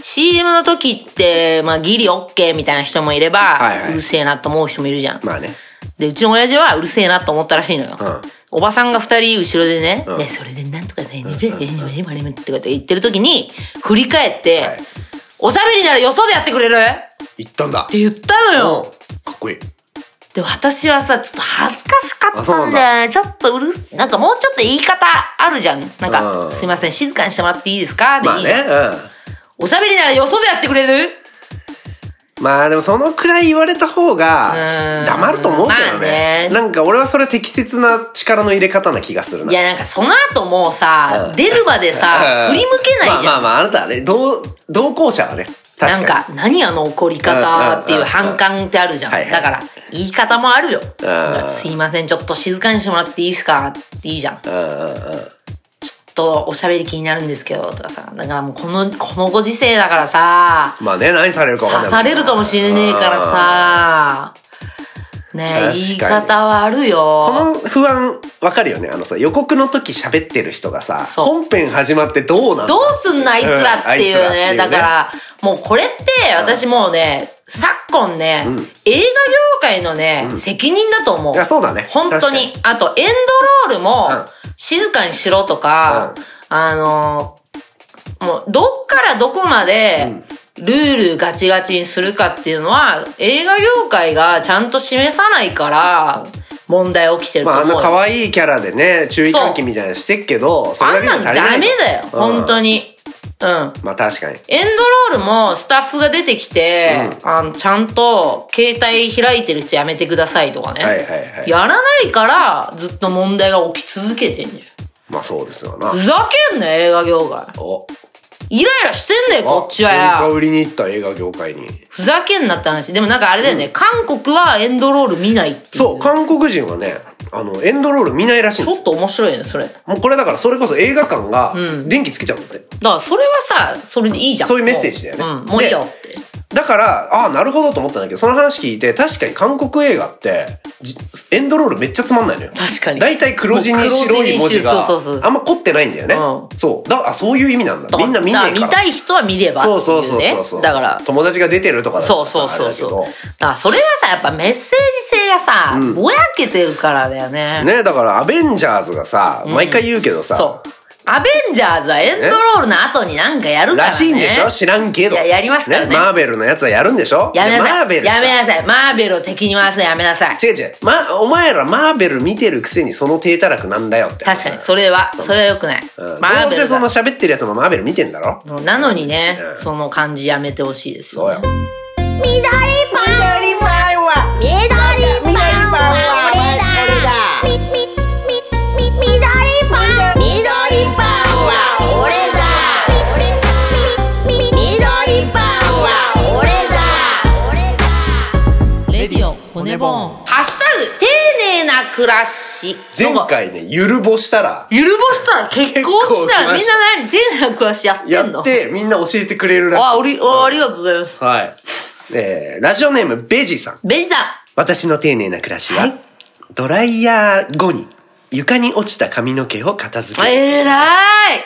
Speaker 2: CM の時って、まあギリオッケーみたいな人もいれば、
Speaker 3: はいはいう
Speaker 2: るせえなと思う人もいるじゃん。
Speaker 3: まあね
Speaker 2: で、うちの親父はうるせえなと思ったらしいのよ。
Speaker 3: うん
Speaker 2: おばさんが二人後ろでね、
Speaker 3: ん
Speaker 2: ねそれでなんとかね、ねねねねねねねって言ってる時に、振り返って、
Speaker 3: はい
Speaker 2: おしゃべりならよそでやってくれるっ
Speaker 3: 言ったんだ
Speaker 2: て言った
Speaker 3: うん
Speaker 2: のよ。
Speaker 3: かっこいい
Speaker 2: で、私はさ、ちょっと恥ずかしか
Speaker 3: あ
Speaker 2: っ
Speaker 3: そう
Speaker 2: た
Speaker 3: なん
Speaker 2: ん
Speaker 3: だ
Speaker 2: だよね。ちょっとうるす、なんかもうちょっと言い方あるじゃん。なん
Speaker 3: うん
Speaker 2: か、すいません、静かにしてもらっていいですかで
Speaker 3: ま
Speaker 2: い
Speaker 3: あ
Speaker 2: いじゃん。
Speaker 3: ねう
Speaker 2: おしゃべりならよそでやってくれる
Speaker 3: んまあでもそのくらい言われた方
Speaker 2: う
Speaker 3: が
Speaker 2: ん
Speaker 3: 黙ると思うけ
Speaker 2: ま
Speaker 3: ど
Speaker 2: あ
Speaker 3: ね
Speaker 2: ね
Speaker 3: なんか俺はそれ適切な力の入れ方な気がするない
Speaker 2: や、なんかその後もうさ、出るまでさ、
Speaker 3: うん
Speaker 2: 振り向けないじ
Speaker 3: ま
Speaker 2: ゃ
Speaker 3: あ
Speaker 2: ん。
Speaker 3: まあまああなたはね同同行者はね確かに
Speaker 2: なんか、何あの怒り方っていう反感ってあるじゃん。
Speaker 3: はいはい
Speaker 2: だから、言い方もあるよ。
Speaker 3: ん
Speaker 2: すいません、ちょっと静かにしてもらっていいですかっていいじゃん。ちょっとおしゃべり気になるんですけど、とかさ。だからもうこの、このご時世だからさ、
Speaker 3: まあね何されるかわかん
Speaker 2: 刺
Speaker 3: ない
Speaker 2: されるかもしれねえからさ、ねえ
Speaker 3: 確かに
Speaker 2: 言い方はあるよ
Speaker 3: この不安わかるよねあのさ予告の時喋ってる人がさ
Speaker 2: そう
Speaker 3: 本編始まってどうなんだ
Speaker 2: どうすんのあいつらっていう
Speaker 3: うんあいつらってい
Speaker 2: ね。
Speaker 3: うね
Speaker 2: だから、もうこれって、私もうね、昨今ね、映画業界のね、責任だと思う。
Speaker 3: いやそうだね
Speaker 2: 本当に。あと、エンドロールも
Speaker 3: うん、
Speaker 2: 静かにしろとか、あのー、もう、どっからどこまで、ルールガチガチにするかっていうのは、映画業界がちゃんと示さないから、問題起きてると
Speaker 3: まあ、
Speaker 2: 思
Speaker 3: あ
Speaker 2: う。
Speaker 3: の可愛いキャラでね注意喚起みたいなのしてっけどそ
Speaker 2: あ
Speaker 3: れだ
Speaker 2: ん
Speaker 3: けじゃ
Speaker 2: なん
Speaker 3: 足りない
Speaker 2: ダメだよ、本当
Speaker 3: に
Speaker 2: に。うん。
Speaker 3: まあ確かに
Speaker 2: エンドロールもスタッフが出てきて、あのちゃんと携帯開いてる人やめてくださいとかね、
Speaker 3: はいはいはい
Speaker 2: やらないからずっと問題が起き続けてんじゃ
Speaker 3: まあそうですよなん
Speaker 2: ふざけんなよ映画業界
Speaker 3: お
Speaker 2: イライラしてんだよこっちは
Speaker 3: あ喧嘩
Speaker 2: よ
Speaker 3: 売りに行った映画業界に
Speaker 2: ふざけんなって話でもなんかあれだよね、韓国はエンドロール見ないっていう
Speaker 3: そう韓国人はねあのエンドロール見ないらしいん
Speaker 2: ち
Speaker 3: で
Speaker 2: ょ
Speaker 3: す
Speaker 2: っと面白いねそれだか
Speaker 3: もうこれだからそれこそ映画館が電気つけちゃうんだって、
Speaker 2: らそれはさそれでいいじゃん
Speaker 3: そういうメッセージだよね
Speaker 2: もううん、もういいよって
Speaker 3: だからああなるほどと思ったんだけどその話聞いて確かに韓国映画ってじエンドロールめっちゃつまんないのよ
Speaker 2: 確かに
Speaker 3: 大体黒字に白い文字
Speaker 2: もう
Speaker 3: が
Speaker 2: 黒字に白いそうそうそう
Speaker 3: あんま凝ってないんだよね、
Speaker 2: う
Speaker 3: そうだあそういう意味なんだみんな見ねえ
Speaker 2: だ
Speaker 3: から
Speaker 2: ら見たい人は見ればってい
Speaker 3: そうう
Speaker 2: ね
Speaker 3: そうそうそうそう
Speaker 2: だから
Speaker 3: 友達が出てるとかだった
Speaker 2: そ
Speaker 3: ら
Speaker 2: う
Speaker 3: さ
Speaker 2: そうそう
Speaker 3: あれだ
Speaker 2: そう。だからそれはさ、やっぱメッセージ性がさ、ぼやけてるからだよね。
Speaker 3: けどねだからアベンジャーズがさ毎回言うけどさ、
Speaker 2: そう。アベンジャーズはエンドロールの後になんかやるからね。
Speaker 3: らしいんでしょ知らんけど。
Speaker 2: いややりますからね
Speaker 3: マーベルのやつはやるんでしょ
Speaker 2: やめ
Speaker 3: で
Speaker 2: なさい。
Speaker 3: マーベルさ
Speaker 2: やめなさい。マーベルを敵に回すのやめなさい。
Speaker 3: 違う違う。ま、お前らマーベル見てるくせにその低たらくなんだよって。
Speaker 2: 確かに、それは、それは良くない。
Speaker 3: うん。
Speaker 2: マー
Speaker 3: ど
Speaker 2: ベ
Speaker 3: うせ
Speaker 2: ル
Speaker 3: その
Speaker 2: が
Speaker 3: 喋ってるやつもマーベル見てんだろ
Speaker 2: なのにね、
Speaker 3: うん
Speaker 2: その感じやめてほしいです
Speaker 3: そう
Speaker 2: よ
Speaker 3: よ。
Speaker 6: 緑パン緑パンは緑パンは俺だみみみみ緑パン緑パンは俺だみみみみ緑パンは俺だ俺だ
Speaker 5: レディオ骨ボーン
Speaker 2: ハッシュタグ、丁寧な暮らし。
Speaker 3: 前回ね、ゆるぼしたら、
Speaker 2: ゆるぼしたら結婚したらみん
Speaker 3: 結
Speaker 2: な
Speaker 3: 構
Speaker 2: 何丁寧な暮らしやってんの
Speaker 3: やってみんな教えてくれるらしい。
Speaker 2: あ、おり、あありがとうございます。
Speaker 3: はい。えー、ラジオネーム、ベジさん。
Speaker 2: ベジさん。
Speaker 3: 私の丁寧な暮らしは、
Speaker 2: はい
Speaker 3: ドライヤー後に床に落ちた髪の毛を片付ける。
Speaker 2: えらい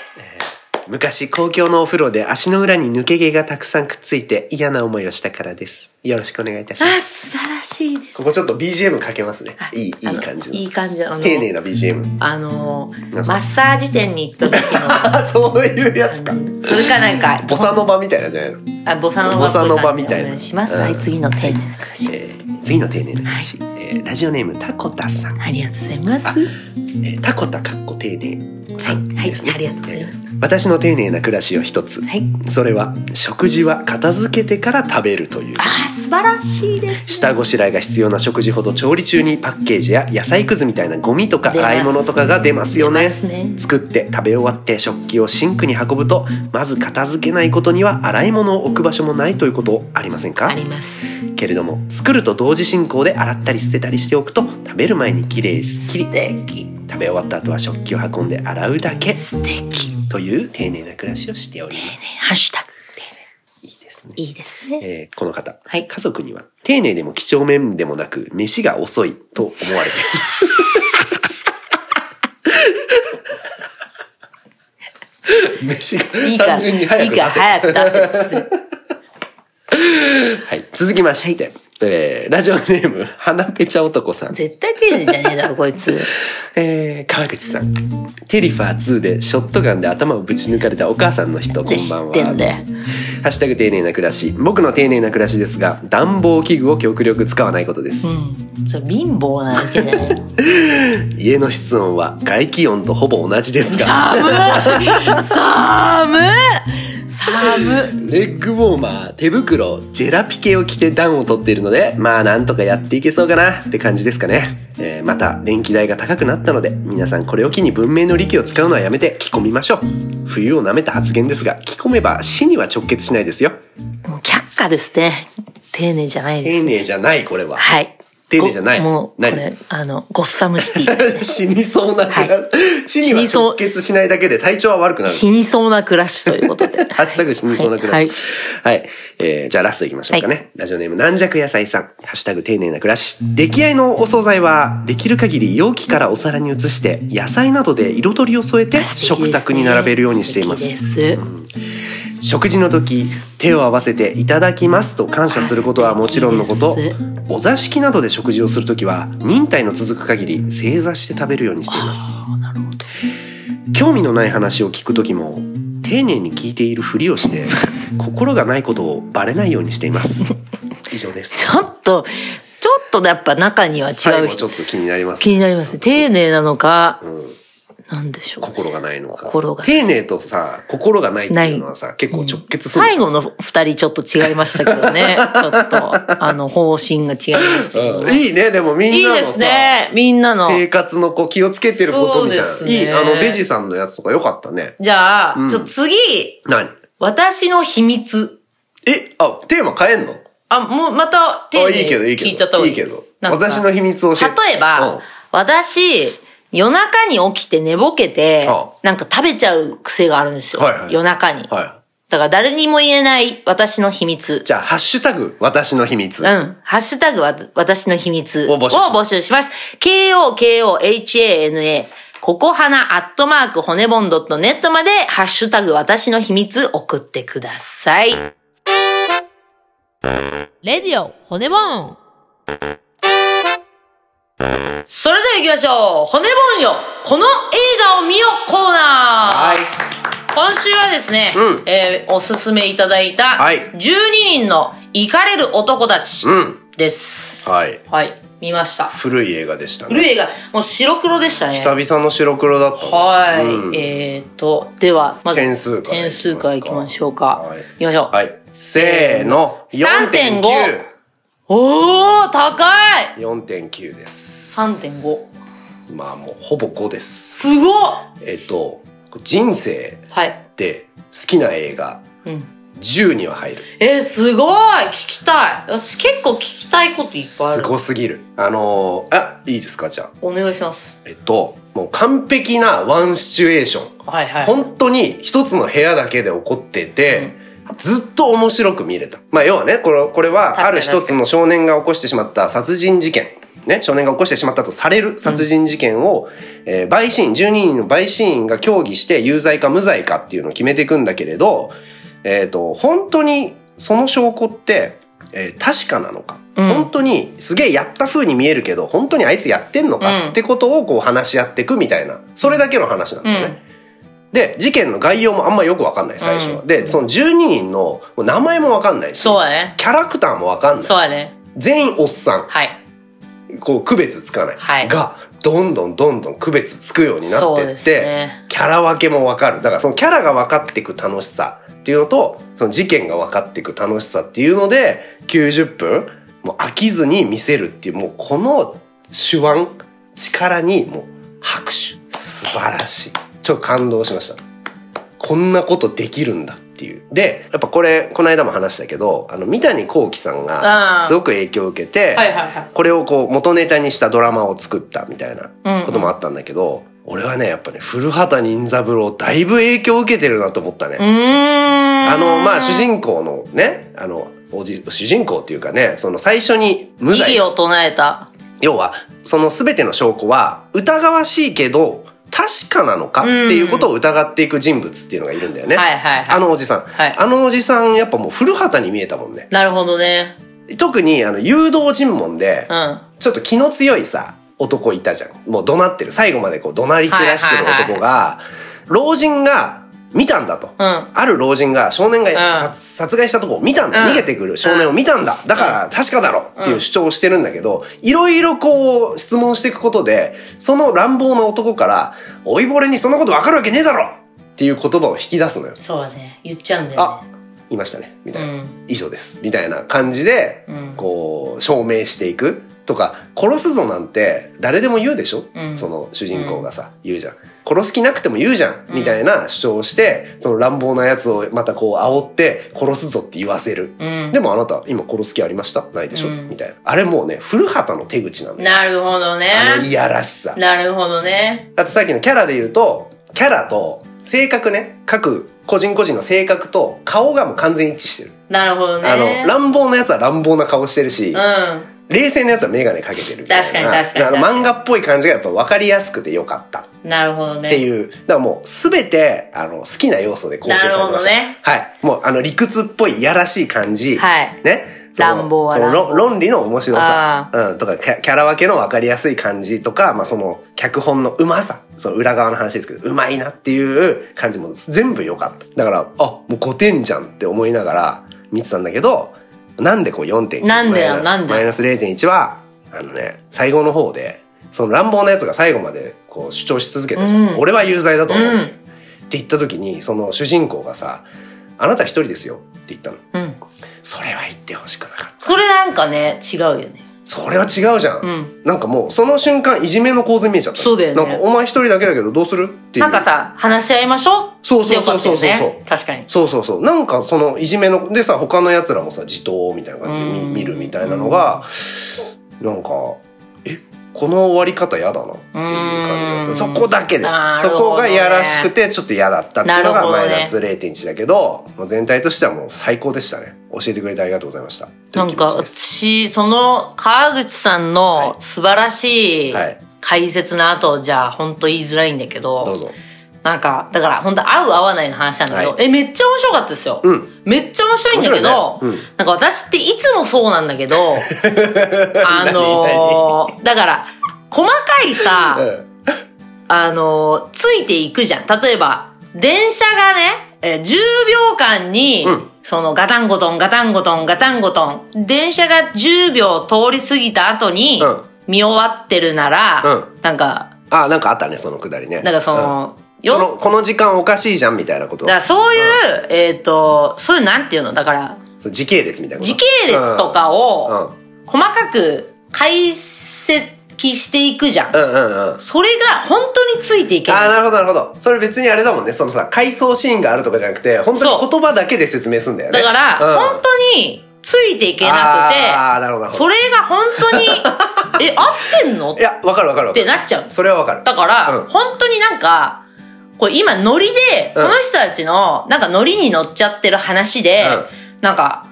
Speaker 3: 昔公共のお風呂で足の裏に抜け毛がたくさんくっついて嫌な思いをしたからですよろしくお願いいたし
Speaker 2: あ
Speaker 3: ます、
Speaker 2: 素晴らしいです。
Speaker 3: ここちょっと BGM かけますねいいいい
Speaker 2: あの
Speaker 3: 感じの
Speaker 2: いい感じの。あの
Speaker 3: 丁寧な BGM
Speaker 2: あのー、マ
Speaker 3: んすか
Speaker 2: ッサージ店に行った時 の、
Speaker 3: あそういうやつか
Speaker 2: それかなんか、
Speaker 3: ボサノバみたいなじゃないの、
Speaker 2: あボサノバ
Speaker 3: ボサノバみたいな
Speaker 2: お願します。
Speaker 3: うん
Speaker 2: はい、次の丁寧な暮らし。
Speaker 3: えー次の丁寧な話、えーラジオネームタコタさん、
Speaker 2: ありがとうございます。
Speaker 3: えータコタかっこ丁寧さん
Speaker 2: はい
Speaker 3: ですね、
Speaker 2: ありがとうございます
Speaker 3: えー私の丁寧な暮らしを一つ、
Speaker 2: はい。
Speaker 3: それは食事は片付けてから食べるという
Speaker 2: あ、素晴らしいです。
Speaker 3: 下ごしらえが必要な食事ほど調理中にパッケージや野菜くずみたいなゴミとか
Speaker 2: 出ます
Speaker 3: 和え物とかが出ますよね
Speaker 2: 出ますね
Speaker 3: 作って食べ終わって食器をシンクに運ぶとまず片付けないことには洗い物を置く場所もないということありません
Speaker 2: あ
Speaker 3: か
Speaker 2: ります。
Speaker 3: けれども作ると同時進行で洗ったり捨てたりしておくと食べる前にきれいすっきり
Speaker 2: 素敵。
Speaker 3: 食べ終わった後は食器を運んで洗うだけ
Speaker 2: 素敵。
Speaker 3: という丁寧な暮らしをしております
Speaker 2: ハッシュタグ。
Speaker 3: いいですね
Speaker 2: いいですね。
Speaker 3: えーこの方、
Speaker 2: はい
Speaker 3: 家族には丁寧でも几帳面でもなく飯が遅いと思われている 飯が
Speaker 2: いいから、
Speaker 3: 単純に早く出
Speaker 2: いい
Speaker 3: せ
Speaker 2: から早く出 せ。
Speaker 3: はい、続きまして、えーラジオネーム花ぺちゃ男さん、
Speaker 2: 絶対丁寧じゃねえだろ、こ いつ。
Speaker 3: えー川口さんテリファー2でショットガンで頭をぶち抜かれたお母さんの人こんばんは
Speaker 2: 知ってんだよ
Speaker 3: ハッシュタグ丁寧な暮らし僕の丁寧な暮らしですが暖房器具を極力使わないことです、
Speaker 2: それ貧乏なわけだよ。
Speaker 3: 家の室温は外気温とほぼ同じですが
Speaker 2: 寒い寒い
Speaker 3: レッグウォーマー手袋ジェラピケを着て暖を取っているのでまあなんとかやっていけそうかなって感じですかね、えーまた電気代が高くなったので皆さんこれを機に文明の利器を使うのはやめて着込みましょう冬をなめた発言ですが着込めば死には直結しないですよ
Speaker 2: もう却下ですね。丁寧じゃないで
Speaker 3: 丁
Speaker 2: す。
Speaker 3: 寧じゃないこれは
Speaker 2: はい。
Speaker 3: 丁寧じゃない。
Speaker 2: もう、こ
Speaker 3: 何
Speaker 2: れ、あの、ゴッサムシティ。
Speaker 3: 死にそうな、
Speaker 2: はい
Speaker 3: 死には
Speaker 2: 死にそう
Speaker 3: 直結しないだけで体調は悪くなる。
Speaker 2: 死にそうな暮らしということで。
Speaker 3: ハッシュタグ死にそうな暮らし。はい、えーじゃあラストいきましょうかね。
Speaker 2: は
Speaker 3: ラジオネーム軟弱野菜さん。ハッシュタグ丁寧な暮らし。出来合いのお惣菜は、できる限り容器からお皿に移して、野菜などで彩りを添えて、食卓に並べるようにしています。
Speaker 2: 素敵です
Speaker 3: 食事の時手を合わせていただきますと感謝することはもちろんのこと
Speaker 2: 素敵です
Speaker 3: お座敷などで食事をする時は忍耐の続く限り正座して食べるようにしています興味のない話を聞く時も丁寧に聞いているふりを して心がないことをバレないようにしています以上です
Speaker 2: ちょっと、ちょっとやっぱ中には違
Speaker 3: 最
Speaker 2: う
Speaker 3: 後ちょ
Speaker 2: 人
Speaker 3: っと気になります
Speaker 2: 気になりますね。丁寧なのか、
Speaker 3: ん
Speaker 2: なんでしょうね。
Speaker 3: 心がないのか
Speaker 2: 心が
Speaker 3: 丁寧とさ心がないっていうのはさ結構直結する
Speaker 2: 最後の二人ちょっと違いましたけ どね。ちょっと、あの、方針が違いましたけど
Speaker 3: うん
Speaker 2: ね。
Speaker 3: いいねでもみ
Speaker 2: い
Speaker 3: ん
Speaker 2: い
Speaker 3: なのさ
Speaker 2: ですね。みんなの。
Speaker 3: 生活のこう気をつけてることみたいな。
Speaker 2: そうですね
Speaker 3: いい、あの、ベジさんのやつとかよかったね。
Speaker 2: じゃあ、
Speaker 3: ん
Speaker 2: ちょっと次、
Speaker 3: 何
Speaker 2: 私の秘密。
Speaker 3: え、あ、テーマ変えんの
Speaker 2: あ、もうまた丁
Speaker 3: あ、
Speaker 2: 寧
Speaker 3: いい
Speaker 2: に
Speaker 3: けど、いいけど。
Speaker 2: 聞いちゃった方がいい。
Speaker 3: けど。
Speaker 2: なんか
Speaker 3: 私の秘密を教えて。
Speaker 2: 例えば、
Speaker 3: うん
Speaker 2: 私、夜中に起きて寝ぼけて、
Speaker 3: はあ
Speaker 2: なんか食べちゃう癖があるんですよ。
Speaker 3: はいはい
Speaker 2: 夜中に、
Speaker 3: は
Speaker 2: だから誰にも言えない私の秘密
Speaker 3: い。。じゃあ、ハッシュタグ、私の秘密。
Speaker 2: うん。ハッシュタグは私の秘密
Speaker 3: を
Speaker 2: を
Speaker 3: 募集します
Speaker 2: 募集します。k-o-k-o-h-a-n-a ここはなアットマーク骨ボンドットネットまで、ハッシュタグ私の秘密送ってください。
Speaker 5: レディオ骨ボン
Speaker 2: それでは行きましょう骨ボンよこの映画を見よコーナー
Speaker 3: はい。
Speaker 2: 今週はですね、
Speaker 3: うん
Speaker 2: えーおすすめいただいた
Speaker 3: はい
Speaker 2: 12人のイカれる男たち
Speaker 3: うん。
Speaker 2: です。
Speaker 3: はい。
Speaker 2: はい、見ました。
Speaker 3: 古い映画でした
Speaker 2: 古
Speaker 3: ね。
Speaker 2: い映画、もう白黒でしたね。
Speaker 3: 久々の白黒だったね。
Speaker 2: はい、
Speaker 3: うん
Speaker 2: えーと、では、まず
Speaker 3: 点数からいきますか
Speaker 2: 点数からいきましょうか。
Speaker 3: はい
Speaker 2: い、きましょう。
Speaker 3: はい。せーの。
Speaker 2: 3.5
Speaker 3: 4.9。
Speaker 2: おー、高い
Speaker 3: 4.9です。
Speaker 2: !3.5。
Speaker 3: まあもうほぼ5です。
Speaker 2: すごっ
Speaker 3: えっと、人生
Speaker 2: はい。
Speaker 3: で好きな映画、
Speaker 2: うん
Speaker 3: 10には入る。
Speaker 2: えー、すごい聞きたい私結構聞きたいこといっぱいあ
Speaker 3: す
Speaker 2: る。
Speaker 3: ごすぎる。あのーあ、いいですかじゃあ。
Speaker 2: お願いします。
Speaker 3: えっと、もう完璧なワンシチュエーション。
Speaker 2: はいはい。
Speaker 3: 本当に一つの部屋だけで起こってて、ずっと面白く見れた。まあ要はね、これこれはあ
Speaker 2: 確か
Speaker 3: る
Speaker 2: に確かに
Speaker 3: 一つの少年が起こしてしまった殺人事件。ね、少年が起こしてしまったとされる殺人事件を、えー陪審、12人の陪審員が協議して有罪か無罪かっていうのを決めていくんだけれど、えっ、と、本当にその証拠って、えー確かなのか。
Speaker 2: うん
Speaker 3: 本当にすげえやった風に見えるけど、本当にあいつやってんのか、
Speaker 2: うん
Speaker 3: ってことをこう話し合っていくみたいな、それだけの話なんだよね。で、事件の概要もあんまよくわかんない、最初は。
Speaker 2: うん
Speaker 3: で、その12人のもう名前もわかんないし、
Speaker 2: そうだね。
Speaker 3: キャラクターもわかんない
Speaker 2: そ。うだね。
Speaker 3: 全員おっさ
Speaker 2: はい。
Speaker 3: ん。こう、区別つかない。
Speaker 2: はい
Speaker 3: が、どんどんどんどん区別つくようになっ
Speaker 2: そう
Speaker 3: て
Speaker 2: で
Speaker 3: っ
Speaker 2: す
Speaker 3: て、
Speaker 2: ね
Speaker 3: キャラ分けもわかる。だからそのキャラが分かっていく楽しさっていうのと、その事件が分かっていく楽しさっていうので、90分、もう飽きずに見せるっていう、もうこの手腕、力にもう拍手。素晴らしい。ちょっと感動しました。こんなことできるんだっていう。で、やっぱこれ、この間も話したけど、あの、三谷幸喜さん
Speaker 2: あ
Speaker 3: が、
Speaker 2: ー
Speaker 3: すごく影響を受けて、
Speaker 2: はいはいはい。
Speaker 3: これをこう元ネタにしたドラマを作ったみたいなこともあったんだけど、俺はねやっぱね古畑任三郎だいぶ影響を受けてるなと思ったね。
Speaker 2: うーん。
Speaker 3: あのまあ主人公のねあのおじ主人公っていうかねその最初に無
Speaker 2: 異
Speaker 3: 罪
Speaker 2: 議を唱えた。
Speaker 3: 要はその全ての証拠は疑わしいけど確かなのかっていうことを疑っていく人物っていうのがいるんだよね。
Speaker 2: はいはいはい
Speaker 3: あのおじさん、
Speaker 2: はい
Speaker 3: あのおじさんやっぱもう古畑に見えたもんね。
Speaker 2: なるほどね。
Speaker 3: 特にあの誘導尋問で、
Speaker 2: うん。は
Speaker 3: ちょっと気の強いさ、男いたじゃん。もう怒鳴ってる。最後までこう怒鳴り散らしてる男が、老人が見たんだと。
Speaker 2: ん
Speaker 3: ある老人が少年が
Speaker 2: ん
Speaker 3: 殺,、殺害したとこを見たんだ、
Speaker 2: うん
Speaker 3: 逃げてくる少年を見たんだ。だから確かだろっていう主張をしてるんだけど、いろいろこう質問していくことで、その乱暴な男から、老いぼれにそんなことわかるわけねえだろっていう言葉を引き出すのよ。
Speaker 2: そうだね。言っちゃうんだよ
Speaker 3: あ
Speaker 2: ね。、
Speaker 3: いましたね。みた
Speaker 2: う
Speaker 3: いな。
Speaker 2: ん。
Speaker 3: 以上ですみたいな感じで、
Speaker 2: うん
Speaker 3: こう証明していくとか殺すぞなんて誰でも言うでしょ、
Speaker 2: うん
Speaker 3: その主人公がさ、言うじゃん殺す気なくても言うじゃん、みたいな主張をして、その乱暴なやつをまたこう煽って、殺すぞって言わせる。
Speaker 2: うん
Speaker 3: でもあなた、今殺す気ありましたないでしょ、
Speaker 2: うん
Speaker 3: みたいな。あれもうね、古畑の手口なんだよ。
Speaker 2: なるほど
Speaker 3: あの
Speaker 2: ね。
Speaker 3: いやらしさ。
Speaker 2: なるほどね。
Speaker 3: だってさっきのキャラで言うと、キャラと性格ね、各個人個人の性格と顔がもう完全一致してる。
Speaker 2: なるほどね。
Speaker 3: あの、乱暴なやつは乱暴な顔してるし、
Speaker 2: う
Speaker 3: 冷静なやつは眼鏡かけてるみたいな。
Speaker 2: 確かに確かに
Speaker 3: あの
Speaker 2: 確かに
Speaker 3: 漫画っぽい感じがやっぱ分かりやすくてよかったっ
Speaker 2: ん。なるほどね。
Speaker 3: ていう。だからもうすべて、あの、好きな要素で構成されてました。
Speaker 2: なるほどね
Speaker 3: はい。もうあの理屈っぽいいやらしい感じ。
Speaker 2: はい
Speaker 3: ね。その
Speaker 2: 乱暴は
Speaker 3: その
Speaker 2: 乱暴
Speaker 3: 論論理の面白さ。うん。とか、キャキャラ分けの分かりやすい感じとか、まあその、脚本のうまさ。その裏側の話ですけど、うまいなっていう感じも全部良かった。だから、あ、もう5点じゃんって思いながら見てたんだけど、なんでこう4.9
Speaker 2: なんでや
Speaker 3: マイナス
Speaker 2: なんで
Speaker 3: マイナス0.1は、あのね、最後の方で、その乱暴なやつが最後までこう主張し続けてさ、
Speaker 2: うん
Speaker 3: 俺は有罪だと思う、
Speaker 2: うん
Speaker 3: って言った時に、その主人公がさ、あなた一人ですよって言ったの。
Speaker 2: うん。
Speaker 3: それは言ってほしくなかった。
Speaker 2: それなんかね、違うよね。
Speaker 3: それは違うじゃん。
Speaker 2: ん
Speaker 3: なんかもう、その瞬間、いじめの構図に見えちゃったの。
Speaker 2: そうだよね
Speaker 3: なんか、お前一人だけだけどどうするっていう。
Speaker 2: なんか、さ、話し合いましょう
Speaker 3: そうそうそうそうそう
Speaker 2: ってよかったよね確かに。
Speaker 3: そうそうそう。なんかそのいじめの、でさ、他の奴らもさ、自頭みたいな感じで見
Speaker 2: うん
Speaker 3: 見るみたいなのが、なんか、え、この終わり方嫌だなっていう感じだっ
Speaker 2: う
Speaker 3: た。
Speaker 2: ん
Speaker 3: そこだけです
Speaker 2: な。る
Speaker 3: そ
Speaker 2: ほどね
Speaker 3: こがいやらしくて、ちょっと嫌だったっていうの
Speaker 2: なる
Speaker 3: が
Speaker 2: ほど
Speaker 3: マ
Speaker 2: ね
Speaker 3: イナス0.1だけど、もう全体としてはもう最高でしたね。教えてくれてありがとうございました。と
Speaker 2: ない
Speaker 3: うん気
Speaker 2: か、
Speaker 3: 持ちです
Speaker 2: 私、その、川口さん
Speaker 3: はい
Speaker 2: の素晴らしい
Speaker 3: はい
Speaker 2: 解説の後、じゃあ、本当言いづらいんだけど、
Speaker 3: どうぞ。
Speaker 2: なんか、だから、本当合う合わないの話なんだけど、
Speaker 3: はい
Speaker 2: え、めっちゃ面白かったですよ。
Speaker 3: うん
Speaker 2: めっちゃ面白いんだけど、
Speaker 3: 面白いね
Speaker 2: なんか私っていつもそうなんだ けど、あのーだから、細かいさ、
Speaker 3: うん
Speaker 2: あのーついていくじゃん。例えば、電車がね、えー10秒間に、
Speaker 3: うん
Speaker 2: そのガタンゴトン、ガタンゴトン、ガタンゴトン、電車が10秒通り過ぎた後に、
Speaker 3: うん
Speaker 2: 見終わってるなら、
Speaker 3: うん
Speaker 2: なんか、
Speaker 3: あ、なんかあったね、そのくだりね。
Speaker 2: なんかそ
Speaker 3: うん
Speaker 2: の、よ
Speaker 3: その、この時間おかしいじゃんみたいなこと。
Speaker 2: だからそういう、えっ、と、そういうなんていうのだから、
Speaker 3: そう時系列みたいなこと。
Speaker 2: 時系列とか
Speaker 3: うん。う
Speaker 2: を、
Speaker 3: ん
Speaker 2: 細かく解析していくじゃん。
Speaker 3: うんうんうん。
Speaker 2: それが本当についていけ
Speaker 3: ああ、
Speaker 2: ない。
Speaker 3: なるほど、なるほど。それ別にあれだもんね。そのさ、回想シーンがあるとかじゃなくて、本当
Speaker 2: そ
Speaker 3: に
Speaker 2: う
Speaker 3: 言葉だけで説明すんだよね。
Speaker 2: だから、
Speaker 3: うん
Speaker 2: 本当についていけなくて、
Speaker 3: ああ、なるほど、なるほ
Speaker 2: そ
Speaker 3: ど。
Speaker 2: れが本 当に、え、合ってんのっ
Speaker 3: いや、わかるわかるわか
Speaker 2: て
Speaker 3: る。
Speaker 2: なっちゃう。
Speaker 3: それはわかる。
Speaker 2: だから、
Speaker 3: うん
Speaker 2: 本当になんか、これ今ノリで、
Speaker 3: うん
Speaker 2: この人たちの、なんかノリに乗っちゃってる話で、なんか、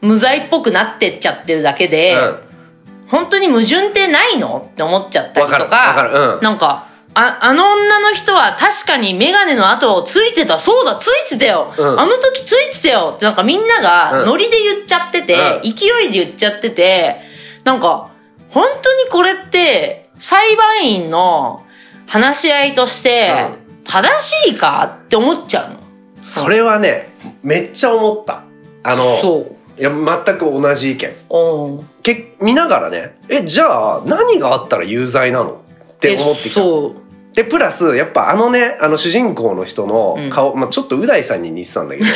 Speaker 2: 無罪っぽくなってっちゃってるだけで、本当に矛盾ってないのって思っちゃったりと
Speaker 3: わ
Speaker 2: か、
Speaker 3: かるわかるうん
Speaker 2: なんか、あ、あの女の人は確かにメガネの後をついてた、そうだ、ついてたよ、
Speaker 3: うん
Speaker 2: あの時ついてたよってなんかみんな
Speaker 3: う
Speaker 2: が
Speaker 3: ん
Speaker 2: ノリで言っちゃってて、
Speaker 3: うん
Speaker 2: 勢いで言っちゃってて、なんか、本当にこれって裁判員の話し合いとして正しいかって思っちゃうの。
Speaker 3: うん。それはね、めっちゃ思った。あの、
Speaker 2: そう。
Speaker 3: いや、全く同じ意見。
Speaker 2: うん。
Speaker 3: け見ながらね、え、じゃあ、何があったら有罪なのって思ってきた。
Speaker 2: えそう。
Speaker 3: で、プラス、やっぱあのね、あの主人公の人
Speaker 2: う
Speaker 3: の
Speaker 2: ん
Speaker 3: 顔、まあちょっとう大さんに似てたん だけど、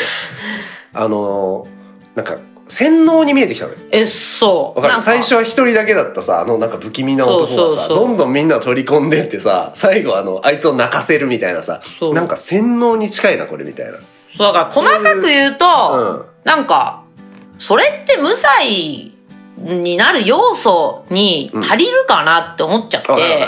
Speaker 3: あのーなんか、洗脳に見えてきたのよ。
Speaker 2: え、そう。
Speaker 3: わか
Speaker 2: なん
Speaker 3: る最初は一人だけだったさ、あのなんか不気味な男がさ、
Speaker 2: そうそうそう
Speaker 3: どんどんみんな取り込んでってさ、最後あの、あいつを泣かせるみたいなさ
Speaker 2: そ、う
Speaker 3: なんか洗脳に近いな、これみたいな。
Speaker 2: そうだから細かく言う
Speaker 3: そういううん
Speaker 2: と、なんか、それって無罪になる要素に足りるかなって思っちゃって、
Speaker 3: わかるわ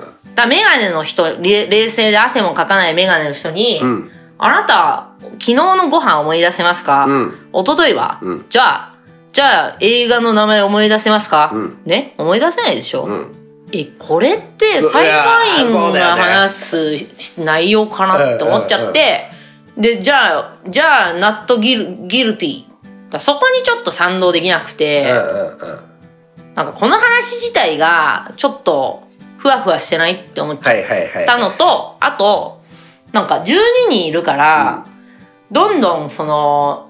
Speaker 3: かる
Speaker 2: だからメガネの人、れ冷静で汗もかかないメガネの人に、
Speaker 3: うん。うん。
Speaker 2: あなた、昨日のご飯思い出せますか、
Speaker 3: うん
Speaker 2: 一昨日は、
Speaker 3: うん
Speaker 2: じゃあ、じゃあ映画の名前思い出せますか、
Speaker 3: うん
Speaker 2: ね思い出せないでしょ、
Speaker 3: うん。
Speaker 2: え、これって
Speaker 3: そう
Speaker 2: 裁判
Speaker 3: いやーそう
Speaker 2: 員
Speaker 3: だ
Speaker 2: が
Speaker 3: よね
Speaker 2: 話すし内容かなって思っちゃって、で、じゃあ、じゃあ、ナットギル、ギルティ。だそこにちょっと賛同できなく
Speaker 3: うん。う
Speaker 2: て、
Speaker 3: ん。うん。
Speaker 2: なんかこの話自体が、ちょっと、ふわふわしてないって思っち
Speaker 3: は
Speaker 2: ゃっ
Speaker 3: いはいはい。
Speaker 2: たのと、あと、なんか12人いるから、どんどんその、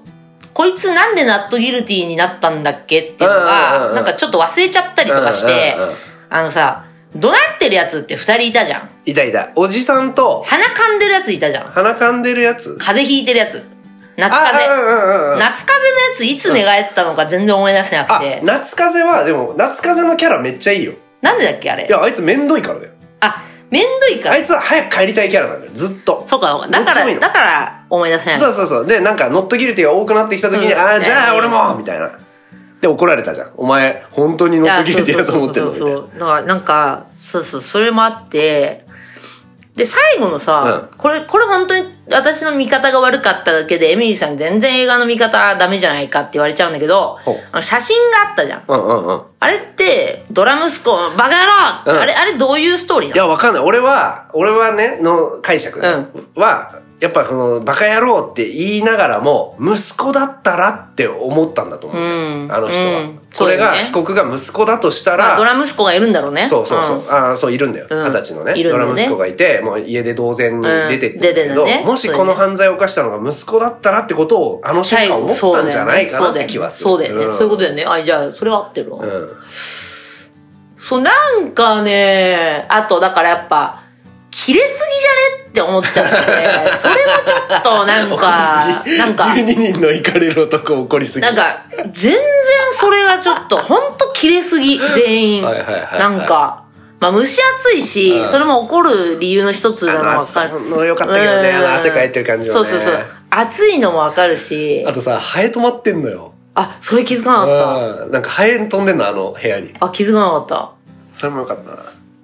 Speaker 2: こいつなんでナットギルティになったんだっけっていうの
Speaker 3: うんうんうんう
Speaker 2: が、
Speaker 3: ん
Speaker 2: なんかちょっと忘れちゃったりとかして
Speaker 3: うんうんうん、
Speaker 2: あのさ、怒鳴ってるやつって二人いたじゃん。
Speaker 3: いたいた。おじさんと、
Speaker 2: 鼻噛んでるやついたじゃん。
Speaker 3: 鼻噛んでるやつ
Speaker 2: 風邪ひいてるやつ。夏風
Speaker 3: あ、う
Speaker 2: 邪。
Speaker 3: んうんうんうん。
Speaker 2: 夏風邪のやついつ寝返ったのか全然思い出せなく
Speaker 3: あ
Speaker 2: て、。
Speaker 3: 夏風邪は、でも、夏風邪のキャラめっちゃいいよ。
Speaker 2: なんでだっけあれ
Speaker 3: い。や、あいつめんどいからだよ。
Speaker 2: あ、めんどいか
Speaker 3: あ
Speaker 2: ら
Speaker 3: いつは早く帰りたいキャラなんだよずっと
Speaker 2: そうかだ
Speaker 3: どっち
Speaker 2: か
Speaker 3: もいい
Speaker 2: ら
Speaker 3: の
Speaker 2: だから思い出せない
Speaker 3: そうそうそうでなんかノットギルティが多くなってきた時に、
Speaker 2: うん
Speaker 3: ああじゃあ
Speaker 2: ね
Speaker 3: 俺もみたいなで怒られたじゃんお前本当にノットギルティだと思ってんのみたいな
Speaker 2: そうそうそうそうだからなんかそうそうそれもあってで最後のさ、これこれ本当に私の見方が悪かっただけでエミリーさん全然映画の見方ダメじゃないかって言われちゃうんだけど
Speaker 3: ほう
Speaker 2: あの写真があったじゃん
Speaker 3: うんうんうん
Speaker 2: あれってドラ息子バカ野郎って、
Speaker 3: うん
Speaker 2: あれあれどういうストーリ
Speaker 3: い
Speaker 2: ーなの
Speaker 3: やわかんない俺は俺はねの解釈ね、はやっぱこの「バカ野郎」って言いながらも息子だったらって思ったんだと思う、
Speaker 2: うん
Speaker 3: あの人は、
Speaker 2: うん
Speaker 3: これ
Speaker 2: そう
Speaker 3: が、
Speaker 2: だよね
Speaker 3: 被告が息子だとしたら、
Speaker 2: まあドラ息子がいるんだろうね
Speaker 3: そうそうそう、
Speaker 2: ん
Speaker 3: ああそういるんだよ
Speaker 2: う
Speaker 3: 二
Speaker 2: ん
Speaker 3: 十、歳のね
Speaker 2: いるん
Speaker 3: ド
Speaker 2: だ
Speaker 3: ラ
Speaker 2: よね
Speaker 3: 息子がいてもう家出同然に出てってんだけど、
Speaker 2: うん出てんだね
Speaker 3: もしこの犯罪を犯したのが息子だったらってことをあの瞬間思ったんじゃないかなって気はする
Speaker 2: そうだよね。そういうこと
Speaker 3: で
Speaker 2: だよね。あ、じゃあ、それは合ってるわ。
Speaker 3: うん
Speaker 2: そう、なんかね、あと、だからやっぱ、切れすぎじゃねって思っちゃって、それもちょっとなん か、なんか、
Speaker 3: 12人の怒れる男怒りすぎ
Speaker 2: なんか、全然それがちょっと、ほんと切れすぎ、全員。
Speaker 3: はいはいはいはい
Speaker 2: なんか、まあ蒸し暑いし、それも怒る理由の一つなの
Speaker 3: あの
Speaker 2: わ
Speaker 3: 暑
Speaker 2: か
Speaker 3: さ
Speaker 2: る。
Speaker 3: の良かったけどね
Speaker 2: うん
Speaker 3: あの汗かいてる感じは
Speaker 2: そう
Speaker 3: ね
Speaker 2: そうそう。暑いのもわかるし
Speaker 3: あ、とさハエ止まってんのよ
Speaker 2: あ、それ気づかなかっ
Speaker 3: うんなんかハエ飛んでんのあの部屋に
Speaker 2: た。あ、気づかなかった。
Speaker 3: それも良かったな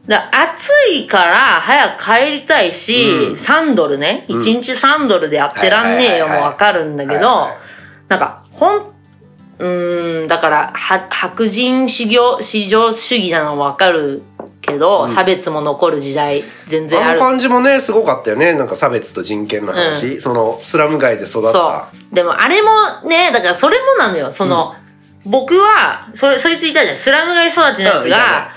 Speaker 2: だ暑いから早く帰りたいし、3ドルね、1日3ドルでやってらんねえよ
Speaker 3: はいはいはいはい
Speaker 2: もわかるんだけど
Speaker 3: はいはい、
Speaker 2: なんか、ほん、うーん、だから、は白人至上至上主義なのもわかるけど、差別も残る時代、全然あ
Speaker 3: あの
Speaker 2: る。
Speaker 3: 感じもねすごかったよねなんか差別と人権の話、そのスラム街で育っ
Speaker 2: そ
Speaker 3: た
Speaker 2: う。でも、あれもね、だからそれもなのよ。その、僕は、それ、そいついたじゃん。スラム街育ちのや
Speaker 3: うん
Speaker 2: つ
Speaker 3: いた
Speaker 2: が、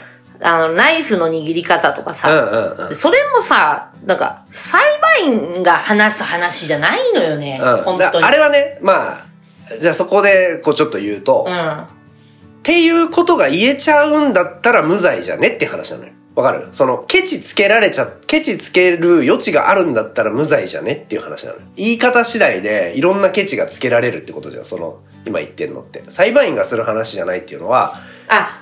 Speaker 2: あの、ナイフの握り方とかさ、
Speaker 3: うんうんうん
Speaker 2: それもさ、なんか、裁判員が話す話じゃないのよね。
Speaker 3: うん
Speaker 2: 本
Speaker 3: だ
Speaker 2: 当に。
Speaker 3: あれはねまあじゃあそこでこうちょっと言うと、
Speaker 2: う
Speaker 3: っ
Speaker 2: ん。
Speaker 3: ていうことが言えちゃうんだったら無罪じゃねって話なのよわかるそのケチつけられちゃケチつける余地があるんだったら無罪じゃねっていう話なのよ言い方次第でいろんなケチがつけられるってことじゃんその今言ってんのって裁判員がする話じゃないっていうのは
Speaker 2: あ、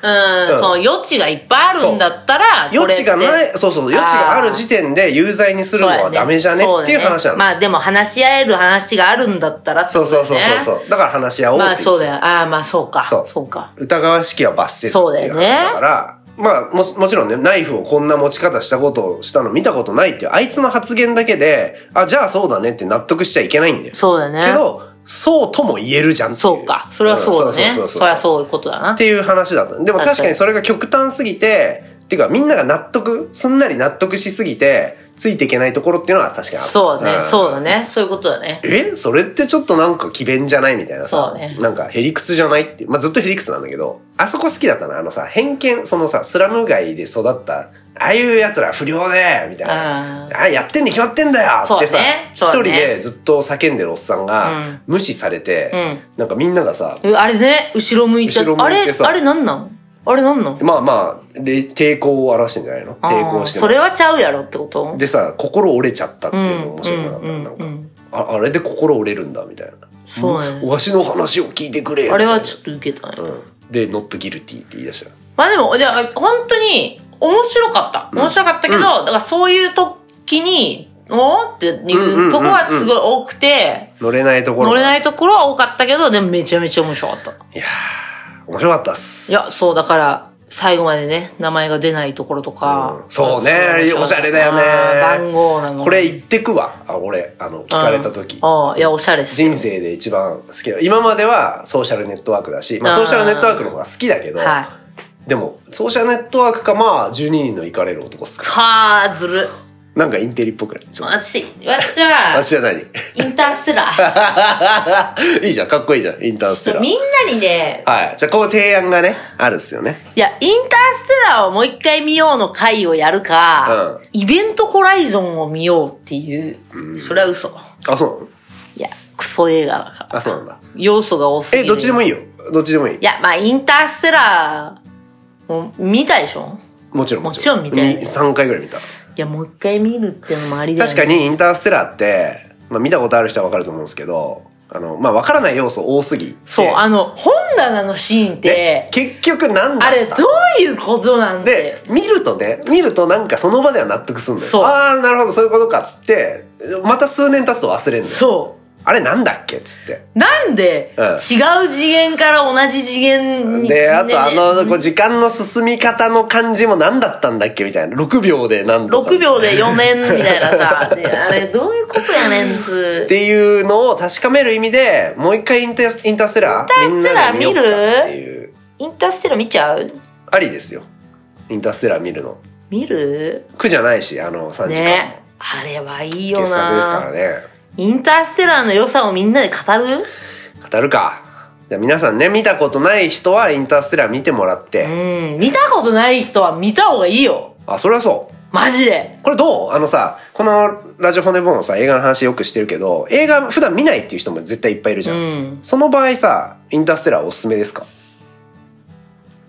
Speaker 2: うん、
Speaker 3: うん
Speaker 2: その余地がいっぱいあるんだったら、こ
Speaker 3: 余
Speaker 2: れっ
Speaker 3: 地
Speaker 2: て
Speaker 3: がないそうそう余地がある時点で有罪にするのはダメじゃね
Speaker 2: そうだ
Speaker 3: っていう話なの
Speaker 2: そうだねまあでも話し合える話があるんだったらってこ
Speaker 3: そう
Speaker 2: とだ
Speaker 3: そ
Speaker 2: よ
Speaker 3: う
Speaker 2: ね
Speaker 3: そうそうそうだから話し合おうって
Speaker 2: ま
Speaker 3: 言
Speaker 2: あ
Speaker 3: ってた
Speaker 2: そうだよ。ああ、まあそうか。
Speaker 3: そう
Speaker 2: そうか。
Speaker 3: 疑わしきは罰せずっていう話だから、まあもしもちろんねナイフをこんな持ち方したことをしたの見たことないっていうあいつの発言だけであじゃあそうだねって納得しちゃいけないんだよ、
Speaker 2: そうだね。
Speaker 3: けどそうとも言えるじゃんってい
Speaker 2: そうか。それはそうだね。
Speaker 3: ん
Speaker 2: そ
Speaker 3: そうそうそうそ
Speaker 2: りゃ
Speaker 3: う
Speaker 2: そういうことだな
Speaker 3: っ。ていう話だったでも確
Speaker 2: 確
Speaker 3: か
Speaker 2: か
Speaker 3: に
Speaker 2: に
Speaker 3: それが極端すぎてっていうかみんなが納得すんなり納得しすぎてついていけないところっていうのは確かにあった
Speaker 2: そうだね。
Speaker 3: ん
Speaker 2: そうだね。そういうことだね。
Speaker 3: えそれってちょっとなんか奇弁じゃないみたいなさ。
Speaker 2: そうね
Speaker 3: なんかへりくつじゃないって。まあ、ずっとへりくつなんだけど、あそこ好きだったな。あのさ、偏見、そのさ、スラム街で育った、ああいう奴ら不良で、みたいな。
Speaker 2: う
Speaker 3: あやってんに決まってんだよ
Speaker 2: そう
Speaker 3: っ
Speaker 2: ね
Speaker 3: てさ、一
Speaker 2: そう
Speaker 3: 人
Speaker 2: ね
Speaker 3: でずっと叫んでるおっさんが、
Speaker 2: うん
Speaker 3: 無視されて、なんかみんながさ、
Speaker 2: えあれね、後ろ向いちゃっ
Speaker 3: 後ろ
Speaker 2: あ
Speaker 3: 向い
Speaker 2: れ
Speaker 3: てさ、
Speaker 2: あれなんなんあれなんなん
Speaker 3: まあまあ、れ抵抗を表してんじゃないの抵抗して
Speaker 2: あーそ
Speaker 3: ます
Speaker 2: れはちゃうやろってこと
Speaker 3: でさ、心折れちゃったっていうのも面白くなかった。
Speaker 2: うんうんうん
Speaker 3: なんかあ、あれで心折れるんだ、みたいな。
Speaker 2: そうやね
Speaker 3: わしの話を聞いてくれ。
Speaker 2: あれは
Speaker 3: ょ
Speaker 2: ちょっと受けたね、
Speaker 3: で、ノットギルティって言い出した。
Speaker 2: まあでもじゃあ本当に面白かった面白かったけど、だからそういう時におーっていうとこはすごい多くて、
Speaker 3: 乗れないところ。
Speaker 2: 乗れないところは多かったけどでもめちゃめちゃ面白かったい
Speaker 3: 面白かったっす。
Speaker 2: やそうだから最後までね名前が出ないところとか、
Speaker 3: そうね
Speaker 2: 面白かった
Speaker 3: おしゃれだよね
Speaker 2: あー番号なの
Speaker 3: これ言ってくわ。あ、俺、あの、聞かれた時。
Speaker 2: ああいやおしゃれしてる
Speaker 3: 人生で一番好きな今まではソーシャルネットワークだし、まあ、
Speaker 2: あー
Speaker 3: ソーシャルネットワークの方が好きだけど、
Speaker 2: はい
Speaker 3: でもソーシャルネットワークかまあ12人の行かれる男っすか
Speaker 2: はあずる
Speaker 3: なんかインテリっぽくないちょっと
Speaker 2: 私私は
Speaker 3: 私じゃ何
Speaker 2: インターステラー。
Speaker 3: いいじゃんかっこいいじゃんインターステラー
Speaker 2: みんなにね、
Speaker 3: はいじゃあこう提案がねあるっすよね
Speaker 2: いや、インターステラーをもう一回見ようの回をやるか、イベントホライゾンを見ようっていう、それは嘘。
Speaker 3: あそうなの
Speaker 2: いや、クソ映画だから。
Speaker 3: あそうなんだ
Speaker 2: 要素が多すぎ
Speaker 3: え
Speaker 2: る。
Speaker 3: どっちでもいいよどっちでもいい
Speaker 2: いや、まあ、インターステラーも見たでしょ
Speaker 3: もちろん
Speaker 2: もちろん見て
Speaker 3: に3回ぐらい見た
Speaker 2: いや、もう一回見るってのもありだよ
Speaker 3: 確か
Speaker 2: ね。
Speaker 3: にインターステラーって、まあ、見たことある人はわかると思うんですけどあの、まあ、わからない要素多すぎて。
Speaker 2: そう、あの、本棚のシーンっ
Speaker 3: ね
Speaker 2: て、
Speaker 3: 結局なんだ
Speaker 2: あ
Speaker 3: った
Speaker 2: れ、どういうことなん
Speaker 3: で
Speaker 2: て。、
Speaker 3: 見るとね、見るとなんかその場では納得すんだ
Speaker 2: そう
Speaker 3: よ。ああ、なるほど、そういうことか、つって、また数年経つと忘れんだよ。
Speaker 2: そ
Speaker 3: あれなんだっけつって。
Speaker 2: う。なんで、
Speaker 3: うん
Speaker 2: 違う次元から同じ次元に。
Speaker 3: で、あとあ
Speaker 2: ね
Speaker 3: の、こう時間の進み方の感じも何だったんだっけみたいな。6秒で何とか。
Speaker 2: 6秒
Speaker 3: っ
Speaker 2: で4年みたいな さ、であれ、どういうことやねんつ。
Speaker 3: ていうのを確かめる意味で、もう一回インターインターステラーみんなで見ようかっていう。
Speaker 2: インターステラー見ちゃう
Speaker 3: ありですよ。インターステラー見るの。
Speaker 2: 見る
Speaker 3: 苦じゃないし、あの、3時間も
Speaker 2: ね。。あれはいいよ
Speaker 3: 傑作ですから
Speaker 2: な。
Speaker 3: ね。
Speaker 2: インターステラーの良さをみんなで語る
Speaker 3: 語るか。じゃあ皆さんね、見たことない人はインターステラー見てもらって。
Speaker 2: うん、見たことない人は見た方がいいよ。
Speaker 3: あ、それはそう。
Speaker 2: マジで。
Speaker 3: これどうあのさ、このラジオフォネボンのさ、映画の話よくしてるけど、映画普段見ないっていう人も絶対いっぱいいるじゃん。
Speaker 2: うん
Speaker 3: その場合さ、インターステラーおすすめですか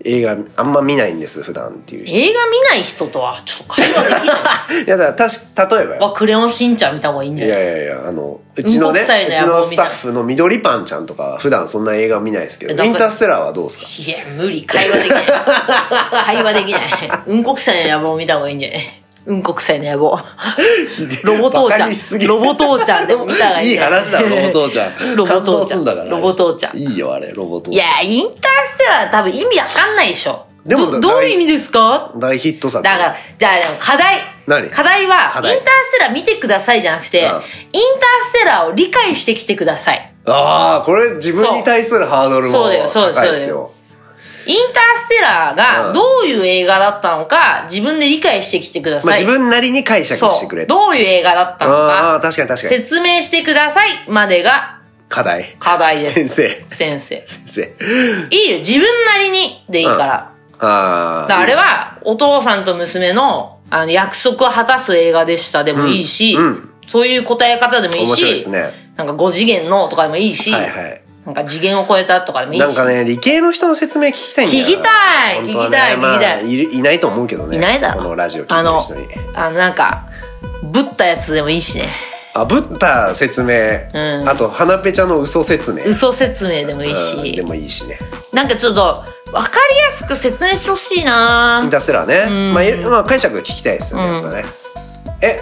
Speaker 3: 映画あんま見ないんです、普段っていう人。い
Speaker 2: 映画見ない人とはちょっと会話できない。
Speaker 3: や、だからたし、例えば よ
Speaker 2: わ、クレヨンしんちゃん見た方がいいん
Speaker 3: い
Speaker 2: じゃない
Speaker 3: やいやいや、あの、うちのね、
Speaker 2: うんこくさいの
Speaker 3: うち
Speaker 2: 野望
Speaker 3: の
Speaker 2: みた
Speaker 3: ス
Speaker 2: い
Speaker 3: タ
Speaker 2: な
Speaker 3: ッフの緑パンちゃんとか、普段そんな映画見ないですけ
Speaker 2: え
Speaker 3: ど、
Speaker 2: だから
Speaker 3: インターステラーはどうですか
Speaker 2: いや、無理。会話で きない。会話できない。うんこ臭いの野望見た方がいいんじゃないうんこ臭いの野望。 ロボ父
Speaker 3: バ
Speaker 2: ちゃ
Speaker 3: カにしすぎ
Speaker 2: ん。ロボ父ちゃんでも見た方がいい
Speaker 3: い
Speaker 2: ん
Speaker 3: い
Speaker 2: じゃな
Speaker 3: 話だろ、ロボ父ちゃん。
Speaker 2: ロボ
Speaker 3: 感動
Speaker 2: 父ち
Speaker 3: す
Speaker 2: ゃ
Speaker 3: ん
Speaker 2: ん。
Speaker 3: だから。
Speaker 2: ロボ父ちゃん。
Speaker 3: いいよ、あれ、ロボ父
Speaker 2: い
Speaker 3: ち
Speaker 2: や
Speaker 3: ゃ、
Speaker 2: インターステラー多分意味わかんないでしょ。
Speaker 3: でも
Speaker 2: どどういう意味ですか
Speaker 3: ん。大ヒット作。
Speaker 2: だから、じゃあでも課題。
Speaker 3: 何
Speaker 2: 課題は、
Speaker 3: 課題
Speaker 2: インターステラー見てくださいじゃなくて、
Speaker 3: うん
Speaker 2: インターステラーを理解してきてください。
Speaker 3: ああ、これ自分に対するハードルも
Speaker 2: そうだよそうだよ
Speaker 3: 高いです
Speaker 2: そうだ
Speaker 3: よ
Speaker 2: よ。インターステラー
Speaker 3: う
Speaker 2: が
Speaker 3: ん
Speaker 2: どういう映画だったのか、自分で理解してきてくだ
Speaker 3: まあ
Speaker 2: さい。
Speaker 3: 自分なりに解釈してく
Speaker 2: そ
Speaker 3: れ
Speaker 2: う。
Speaker 3: と。
Speaker 2: どういう映画だったの
Speaker 3: ああー、
Speaker 2: か、
Speaker 3: 確かに確かに。
Speaker 2: 説明してくださいまでが
Speaker 3: 課題。
Speaker 2: 課題です。
Speaker 3: 先生。
Speaker 2: 先生。
Speaker 3: 先生。
Speaker 2: いいよ、自分なりにでいいから。
Speaker 3: あ
Speaker 2: だから
Speaker 3: あ。
Speaker 2: あれは、お父さんと娘のあの約束を果たす映画でしたでもいいし、
Speaker 3: うんうん
Speaker 2: そういう答え方でもいい
Speaker 3: 面
Speaker 2: し、
Speaker 3: 白いですね。
Speaker 2: なんか5次元のとかでもいいし、
Speaker 3: はいはい。
Speaker 2: なんか次元を超えたとかでもいいし。
Speaker 3: なんかね、理系の人の説明聞きたいんだよな
Speaker 2: 聞きたい
Speaker 3: 本当はね
Speaker 2: 聞きたい
Speaker 3: まあ
Speaker 2: 聞きたい
Speaker 3: い。いないと思うけどね。
Speaker 2: いないだろ
Speaker 3: このラジオ聞いてる人に。
Speaker 2: あの、なんか、ぶったやつでもいいしね。
Speaker 3: あぶった説明。
Speaker 2: うん
Speaker 3: あと、花ぺちゃの嘘説明。
Speaker 2: 嘘説明でもいい
Speaker 3: うん
Speaker 2: し
Speaker 3: で。もいいしね。
Speaker 2: なんかちょっと、わかりやすく説明してほしい
Speaker 3: イン
Speaker 2: な
Speaker 3: ターステラーね。
Speaker 2: ん
Speaker 3: まあいろ、まあ、解釈聞きたいですよね、やっぱね。え、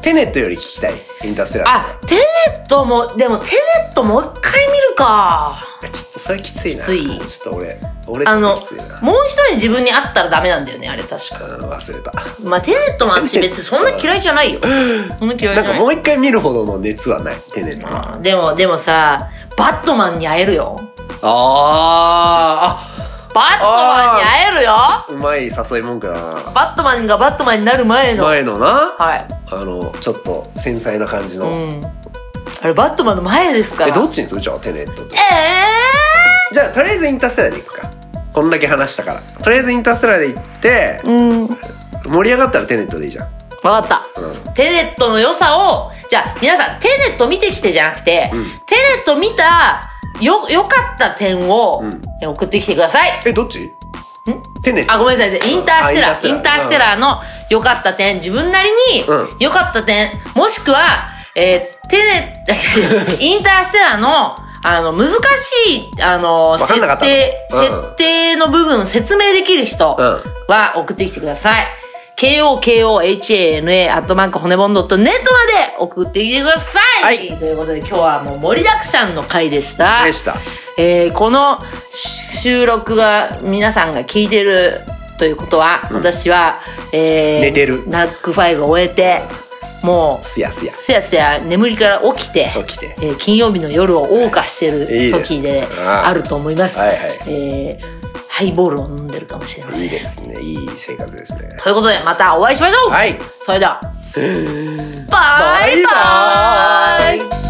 Speaker 3: テネットより聞きたい。インターステラー。
Speaker 2: あ、テネットも、でもテネットもう一回見るか。
Speaker 3: ちょっとそれきついな。
Speaker 2: きつい
Speaker 3: ちょっと俺、俺ちょ
Speaker 2: あ
Speaker 3: っと
Speaker 2: の
Speaker 3: きついな、。
Speaker 2: もう一人自分に会ったらダメなんだよね、あれ確か。
Speaker 3: うん忘れた。
Speaker 2: まあ、テネットも私別にそんな嫌いじ ゃないよ。そんな嫌いじ
Speaker 3: な
Speaker 2: ゃ
Speaker 3: ん
Speaker 2: な
Speaker 3: か
Speaker 2: い。
Speaker 3: もう一回見るほどの熱はない。テネットは。
Speaker 2: うんでも、でもさ、バットマンに会えるよ。
Speaker 3: あー
Speaker 2: バットマンに会えるよ
Speaker 3: あ、うまい誘い文句だな。
Speaker 2: バットマンがバットマンになる前の。
Speaker 3: 前のな、
Speaker 2: はい。
Speaker 3: あの、ちょっと繊細な感じの。
Speaker 2: うん。あれ、バットマンの前ですから。
Speaker 3: え、どっちにするじゃあ、テネットと
Speaker 2: え。え
Speaker 3: じゃあ、とりあえずインターステラーでいくか。こんだけ話したから。とりあえずインターステラーで行って、
Speaker 2: うん。わ
Speaker 3: 盛り上がったらテネットでいいじゃん。
Speaker 2: かった。
Speaker 3: う
Speaker 2: テネットの良さを、じゃあ、皆さん、テネット見てきてじゃなくて、
Speaker 3: うん
Speaker 2: テネット見た、よ、良かった点を、
Speaker 3: うん
Speaker 2: 送ってきてください。
Speaker 3: え、どっちんテネット。
Speaker 2: あ、ごめんなさい。インターステラ
Speaker 3: あ
Speaker 2: ー、インターステラーの良かった点、自分なりに
Speaker 3: うん
Speaker 2: 良かった点、もしくは、えー、テネ、 インターステラーの、あの、難しい、あの、
Speaker 3: かんなかっ
Speaker 2: 設
Speaker 3: た
Speaker 2: 定、
Speaker 3: うん
Speaker 2: 設定の部分、説明できる人
Speaker 3: うん
Speaker 2: は送ってきてください。KOKOHANA アットマーク骨ボンドットネットまで送ってきてください、
Speaker 3: はい
Speaker 2: ということで今日はもう盛りだくさんの回でした。
Speaker 3: でした。
Speaker 2: えーこの収録が皆さんが聞いてるということは、私は、えー
Speaker 3: 寝てる
Speaker 2: ナックファイブを終えてもう
Speaker 3: すやすや。
Speaker 2: すやすや眠りから起きて
Speaker 3: 起きて。
Speaker 2: えー金曜日の夜を謳歌して
Speaker 3: いい
Speaker 2: る
Speaker 3: です
Speaker 2: 時で
Speaker 3: ああ
Speaker 2: あると思います。
Speaker 3: はいはい
Speaker 2: えーハイボールを飲んでるかもしれません。
Speaker 3: いいですね。いい生活ですね。
Speaker 2: ということでまたお会いしましょう、
Speaker 3: はい。
Speaker 2: それではバイバ
Speaker 3: バ
Speaker 2: イ
Speaker 3: イバイ